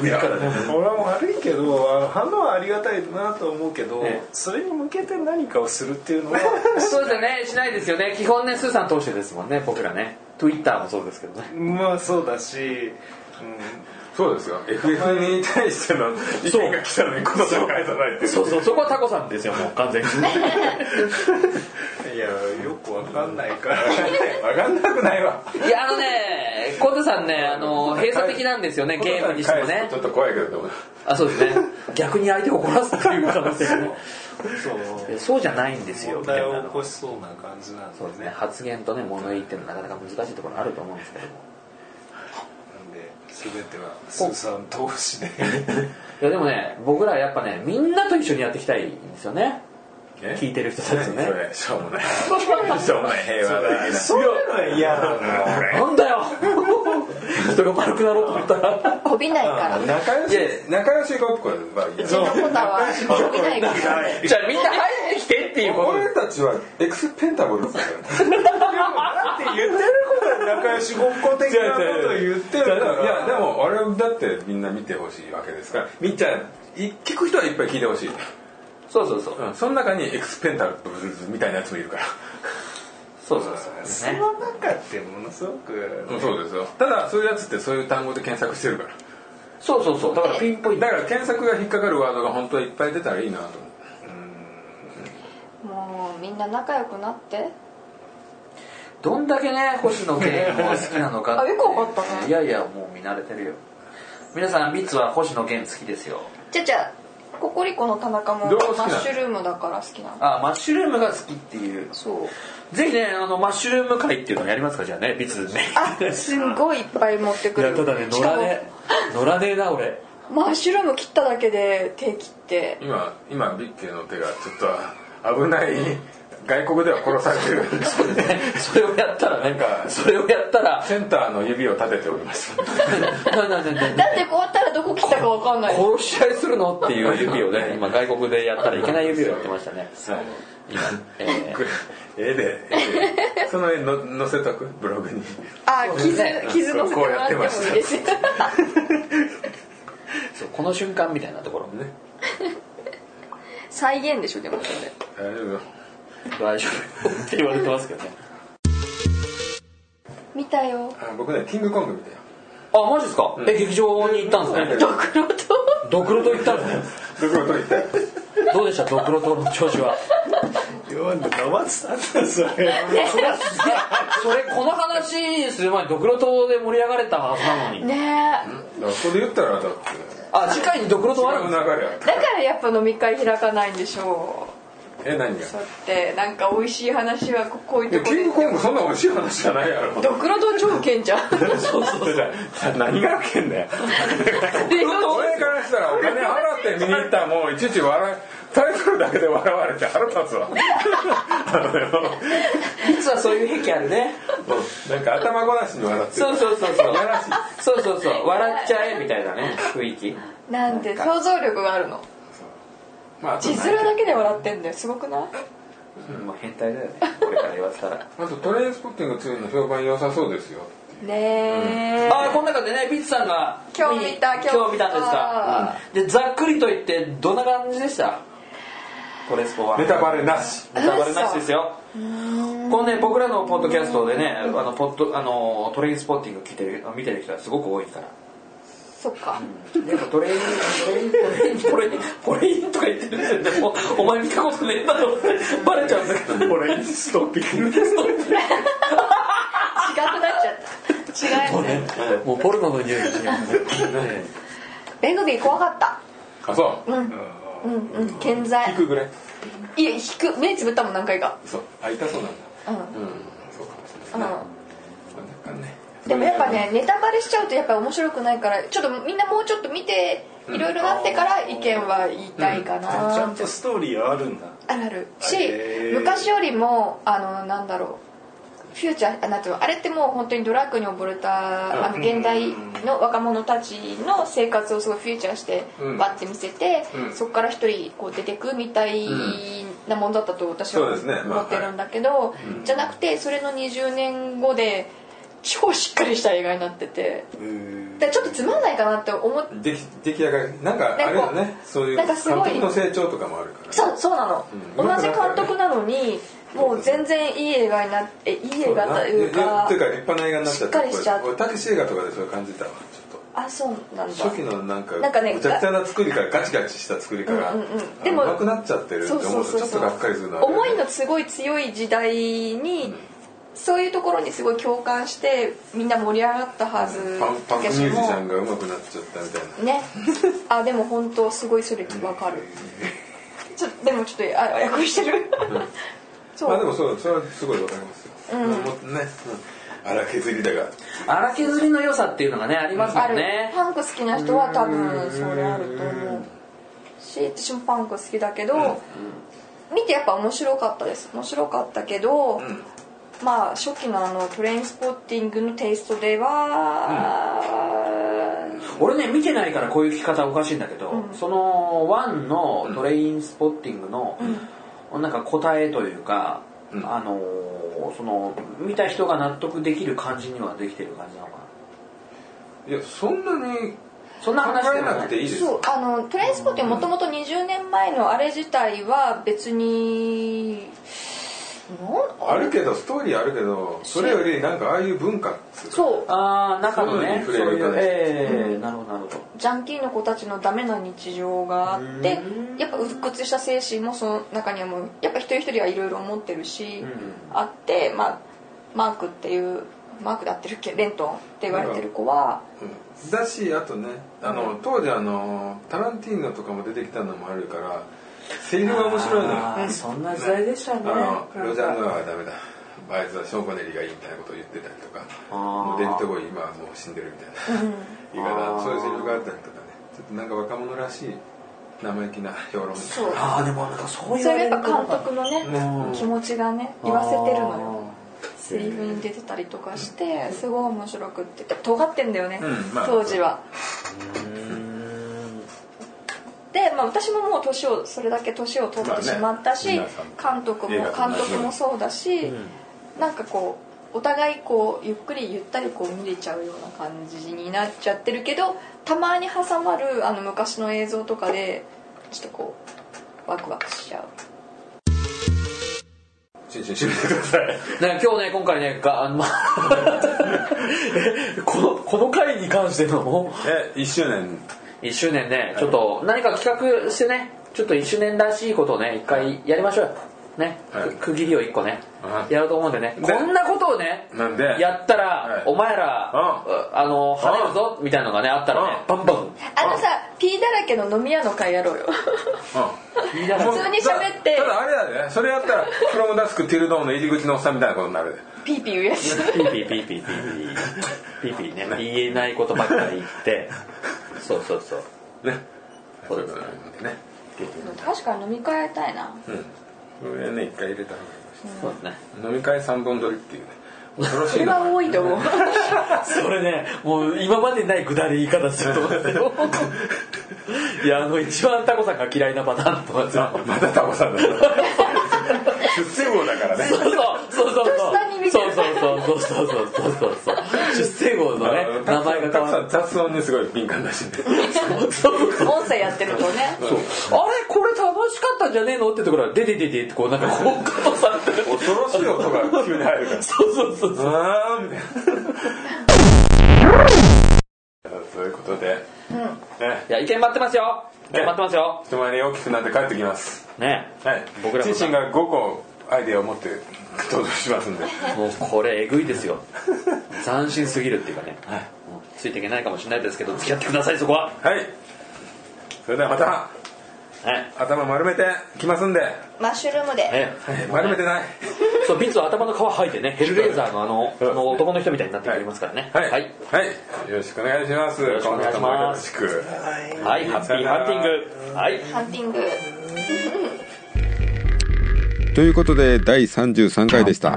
S2: 上からね
S5: 俺は悪いけどあの反応はありがたいなと思うけど、
S3: ええ
S5: それに向けて何かをするっていうのは
S3: そうですよねしないですよね基本ねスーさん通してですもんね僕らね Twitter もそうですけどね
S5: まあそうだし、
S2: そうですよ FF に対しての意見が来たのにことを返さないっていう
S3: そうそうそこはタコさんですよもう完 全に
S5: うん、いやよくわかんないから
S2: 分かんなくないわ
S3: いやあのねコトさんねあの閉鎖的なんですよねゲームにしても
S2: 返
S3: ね
S2: すとちょっと怖いけどでも
S3: あそうですね逆に相手を怒らすっていう可能性がね
S5: そう
S3: そうじゃないんですよ
S5: 問
S3: みたい
S5: 題
S3: な
S5: を起
S3: の
S5: こしそうな感じなんで
S3: そうですね
S5: ね
S3: 発言とね物言いっていうのはなかなか難しいところあると思うんですけども
S5: なんで全てはスーさん投資で
S3: いやでもね僕らはやっぱねみんなと一緒にやっていきたいんですよね
S2: え
S3: 聞いてる人たちとね
S2: それしょうもないしょうもない平和だな
S5: そういうのは嫌な
S3: なんだよ 人が丸くなろうと思ったら
S4: こびないから
S2: 仲良し
S3: いやいや
S2: 仲良しごっこはいいよ
S4: そんなことはこびないから
S3: じゃあみんな入ってきてっていうこと
S2: 俺たちはエクスペンタブルズだから
S5: だって言ってることは仲良しごっこ的なことを言ってるか
S2: いやで
S5: ら
S2: もあれだってみんな見てほしいわけですからみっちゃんい聞く人はいっぱい聞いてほしい、
S3: そうそうそう
S2: うん、その中にエクスペンタブルズみたいなやつもいるから、
S3: そうそうそうです
S5: そ
S3: ね
S5: の中ってものすごく
S2: うんそうですよただそういうやつってそういう単語で検索してるから
S3: そうそうそうだからピンポイント
S2: だから検索が引っかかるワードが本当はいっぱい出たらいいなと思う
S4: もうみんな仲良くなって
S3: どんだけね星野源も好きなのか
S4: あよくわかったね
S3: いやいやもう見慣れてるよ皆さんビッツは星野源好きですよ
S4: じゃあじゃあココリコの田中も
S2: どう好きな
S4: マ
S2: の
S4: ッシュルームだから好きなの
S3: あマッシュルームが好きっていう
S4: そう
S3: ぜひねあのマッシュルーム会っていうのやりますかじゃあねビッツね
S4: あすんごいいっぱい持って
S3: い
S4: く
S3: や
S4: る
S3: ただね乗
S4: しからも
S3: ねえ乗らねえな俺
S4: マッシュルーム切っただけで手切って
S2: 今今ビッケの手がちょっと危ない外国では殺され てる
S3: それをやったらなんかそれをやったら
S2: センターの指を立てております
S3: なななな
S4: だってこうやったらどこ切ったかわかんない
S3: 殺し合いするのっていう指をね今外国でやったらいけない指をやってましたね
S2: そう
S3: 今、 えー
S2: 絵で絵でその絵の載せとくブログに
S4: あー傷傷のせて
S2: こ
S4: も
S2: うや
S4: ら
S2: っ
S4: ってて
S2: ま
S4: も
S2: した
S4: いいですよ
S3: そうこの瞬間みたいなところもね
S2: ね
S4: 再現でしょでもそれ
S2: 大丈夫
S3: 大丈夫って言われてますけどね
S4: 見たよ
S2: あ僕ねキングコング見たよ
S3: あマジですか、え劇場に行ったんですね
S4: ドクロと
S3: ドクロと行ったんですね
S2: どこを取りたい
S3: どうでしたドクロとの調子は
S5: 読んで黙ってたんだそれ
S3: それこの話する前にドクロ島で盛り上がれたはずなのに
S4: ねえ
S2: だからそこで言ったらだって
S3: あ次回にドクロ島あるん
S2: 違う
S3: で
S2: 流
S3: す
S2: れ
S3: か
S2: やっ
S4: だからやっぱ飲み会開かないんでしょ
S2: たえ何が
S4: うそうやってなんか美味しい話はここういう
S2: いや
S4: とこ
S2: キングコング
S4: で
S2: そんな美味しい話じゃないやろ
S4: ドクロと超ウケんじゃん
S2: そうそうそう何が起きんだよ
S4: で
S2: 俺からしたらお金払って見に行ったらもういちいち笑いタイトルだけで笑われて腹立つわあのよ
S3: 実はそういう癖あるね
S2: なんか頭ごなしに笑ってる
S3: そうそうそうそう
S2: やらしい
S3: そうそうそう笑っちゃえみたいなね雰囲気
S4: なんで想像力があるの
S2: まああと
S4: 字
S2: ね
S4: 面だけで笑ってんだよすごくない
S3: うんまあ変態だよねこれから言わせたら
S2: あとトレインスポッティング2の評判良さそうですよ
S4: ねえ、
S3: あーこの中でねビッツさんが
S4: 今日見た
S3: 見
S4: 今日見た
S3: 今日見たんですか、うんでざっくりと言ってどんな感じでしたコレスポは
S2: ネタバレなし
S3: ネタバレなしですよこのね僕らのポッドキャストでねあのポッドあのトレインスポッティング聞いてる見てる人はすごく多いから
S4: そっか
S3: やっぱトレイントレイントレイントレインとか言ってる時点でもうお前見たことねえだろってバレちゃうんだけど
S5: 俺にストッピング
S4: 違くなっちゃった違うよね
S3: もうポルノの匂いがしますね
S4: ベングビー怖かった
S2: あそう
S4: うんうん健在
S2: 聞くぐらい
S4: いや引く目つぶったもん何回か
S2: そうあ痛そうなんだ
S4: うん
S2: うんそうかもしれない
S4: うん
S2: なんかね
S4: でもやっぱねネタバレしちゃうとやっぱり面白くないからちょっとみんなもうちょっと見ていろいろなってから意見は言いたいか
S5: ちゃ
S4: なん
S5: とストーリーはあるんだ
S4: あるある
S5: へ
S4: し
S5: ー
S4: 昔よりもあのなんだろうフューチャーあなんていうのあれってもう本当にドラッグに溺れたあの現代の若者たちの生活をすごいフューチャーして
S2: うん
S4: バッて見せて、
S2: うん
S4: そこから一人こう出てくみたいなもんだったと私は
S2: そうですねまあ
S4: 思ってるんだけど、じゃなくてそれの20年後で超しっかりした映画になっててだからちょっとつまんないかなって思っ
S2: でき出来上がりなんかあれだ
S4: なん
S2: ねそういう
S4: なん
S2: 監
S4: かすごい
S2: 督の成長とかもあるから
S4: そうそうなの、
S2: うん
S4: 同じ監督なのにもう全然いい映画になっていい映画という
S2: な
S4: か
S2: っていうか立派な映画になっちゃった
S4: しっかりしちゃう
S2: 俺タクシー映画とかでそれ感じたわちょっ
S4: あそうなんだ
S2: と初期のなんか
S4: なんかね
S2: むちゃくちゃな作りからガチガチした作りから
S4: うんうんうん
S2: で
S4: で
S2: も
S4: も
S2: なくなっちゃってるって
S4: そう
S2: 思
S4: そ
S2: と
S4: ううそ
S2: ち
S4: う
S2: ょっとがっかりするな
S4: 思いのすごい強い時代にそういうところにすごい共感してみんな盛り上がったはず
S2: パンパンクミ
S4: し
S2: ュージシャンが上手くなっちゃったみたいな
S4: ねあでも本当すごいそれわかるちょでもちょっとあややこしてる そう、
S2: まあでもそうそれはすごいわかりますよ、うん、もっとね、うん、荒削りだが
S3: 荒削りの良さっていうのがねあります
S4: あ
S3: もん
S4: る
S3: ね
S4: パンク好きな人は多分それあると思うし私もパンク好きだけど、見てやっぱ面白かったです面白かったけど、まあ初期のあのトレインスポッティングのテイストでは、
S3: 俺ね見てないからこういう聞き方おかしいんだけど、その1のトレインスポッティングの、なんか答えというか、
S2: うん
S3: あのーその見た人が納得できる感じにはできてる感じなのかない
S2: やそんなに
S3: そん
S2: 考
S3: な話で
S2: え
S3: も
S2: なくていいです
S4: そうあのトレインスポッティングもともと20年前のあれ自体は別になん
S2: あるけどストーリーあるけどそれよりなんかああいう文化っつうか
S4: そう
S3: ああ中のね
S2: そ
S3: そうう
S2: いうのに触
S3: いう
S2: れ
S3: ええなるほどなるほど
S4: ジャンキーの子たちのダメな日常があってやっぱ鬱屈した精神もその中にはもうやっぱ一人一人はいろいろ持ってるし、あって、まあ、マークっていうマークで合ってるっけレントンって言われてる子は、
S2: うんだしあとねあの、当時あのタランティーノとかも出てきたのもあるからセリフが面白いのよ
S3: あーそんな時代でしたね
S2: あのロジャー・
S3: なんか
S2: ノアはダメだあいつはショーン・コネリーがいいみたいなことを言ってたりとか
S3: あー
S2: もうデビッド・ボーイ今はもう死んでるみたいな言い方そういうセリフがあったりとかねちょっとなんか若者らしい生意気な評論
S4: そう
S3: ああでもなんかそういう
S4: それがやっぱ監督のね
S3: うん
S4: 気持ちがね言わせてるのよセリフに出てたりとかしてすごい面白くって尖ってんだよね、
S2: うんまあ
S4: 当時はで、まあ、私ももう年をそれだけ年を取ってしまったし、
S2: まあね
S4: 監督も
S2: 映
S4: 監
S2: 画と同じように
S4: 督もそうだし、なんかこうお互いこうゆっくりゆったりこう見れちゃうような感じになっちゃってるけどたまに挟まるあの昔の映像とかでちょっとこうワクワクしちゃう
S2: チンチン締めてください
S3: ね、今日ね今回ねがあのまあこのこの回に関しての
S2: え1周年
S3: 1周年ねちょっと何か企画してねちょっと1周年らしいことをね一回やりましょうよね、
S2: はい
S3: く区切りを1個ね
S2: はい
S3: やろうと思うんでね
S2: で
S3: こんなことをね
S2: なんで
S3: やった
S2: は
S3: ら
S2: い
S3: お前らあの跳ねるぞみたいなのがねあったらね
S2: う
S3: バンバン
S4: あのさ P だらけの飲み屋の会やろうよ
S2: う ん
S3: いや
S2: もう
S4: 普通に喋って
S2: ただあれだねそれやったら「フロムダスクティルドーン」の入り口のおっさんみたいなことになるで
S4: ピーピー言うやつ
S3: ピーピーピーピーピーピーピーピーね言えないことばっかり言ってそうそうそう
S2: ね
S3: そうですね
S2: ね
S4: 確かに飲み会やりたいな
S2: うんこれね一回入れた方がいい
S3: そうですね
S2: 飲み会三本撮りっていうね恐ろし
S4: そ
S2: い
S4: れ
S2: な
S4: は多いと思う
S3: それねもう今までにないくだり言い方すると思うんですよいやあの一番タコさんが嫌いなパターンとかさ
S2: あまたタコさん だ出世魚だからね
S3: そうそうそう
S4: 年
S3: そ
S4: 下
S3: う
S4: に
S3: そうそうそうそうそうそうそうそう出世号のね
S2: あ
S3: 名前が
S2: タ
S3: 変
S2: コさ
S3: わ
S2: ん雑音にすごい敏感だしね
S3: るそうそう
S4: 音声やってるとね
S3: あれこれ楽しかったんじゃねえのってところはででででってこうなんかこう加藤さんとか
S2: 恐ろしい音が急に入るから
S3: そうそうそうそう
S2: あーみたいなということで、ね
S3: いや意見待ってますよ意見待ってますよ
S2: 人前に大きくなって帰ってきます
S3: ね
S2: はい
S3: 僕らも
S2: 自身が5個アイデアを持って登場しますんで
S3: もうこれえぐいですよ斬新すぎるっていうかね、もうついていけないかもしれないですけど付き合ってくださいそこは
S2: はいそれではまた
S3: はい
S2: 頭丸めてきますんで、は
S4: マッシュルームで
S3: ね
S2: い、丸めてない
S3: そうビッツは頭の皮剥いてねヘルレーザーのあのあの男の人みたいになってくれますからね
S2: はい、
S3: はい、
S2: はいよろしくお願いします
S3: ろしくお願いします
S2: 今後ともよろしく
S3: はいハッピーハンティングはい
S4: ハンティング
S1: ということで第33回でした、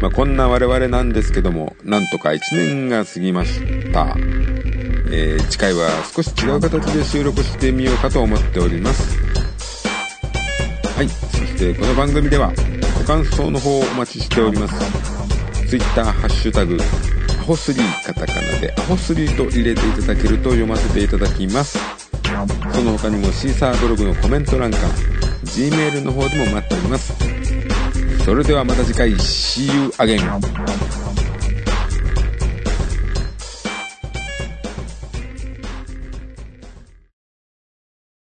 S1: まあ、こんな我々なんですけどもなんとか1年が過ぎました、えー次回は少し違う形で収録してみようかと思っておりますはいそしてこの番組ではご感想の方をお待ちしております Twitter ハッシュタグアホスリーカタカナでアホスリーと入れていただけると読ませていただきますその他にもシーサーブログのコメント欄から G メールの方でも待っておりますそれではまた次回 See you again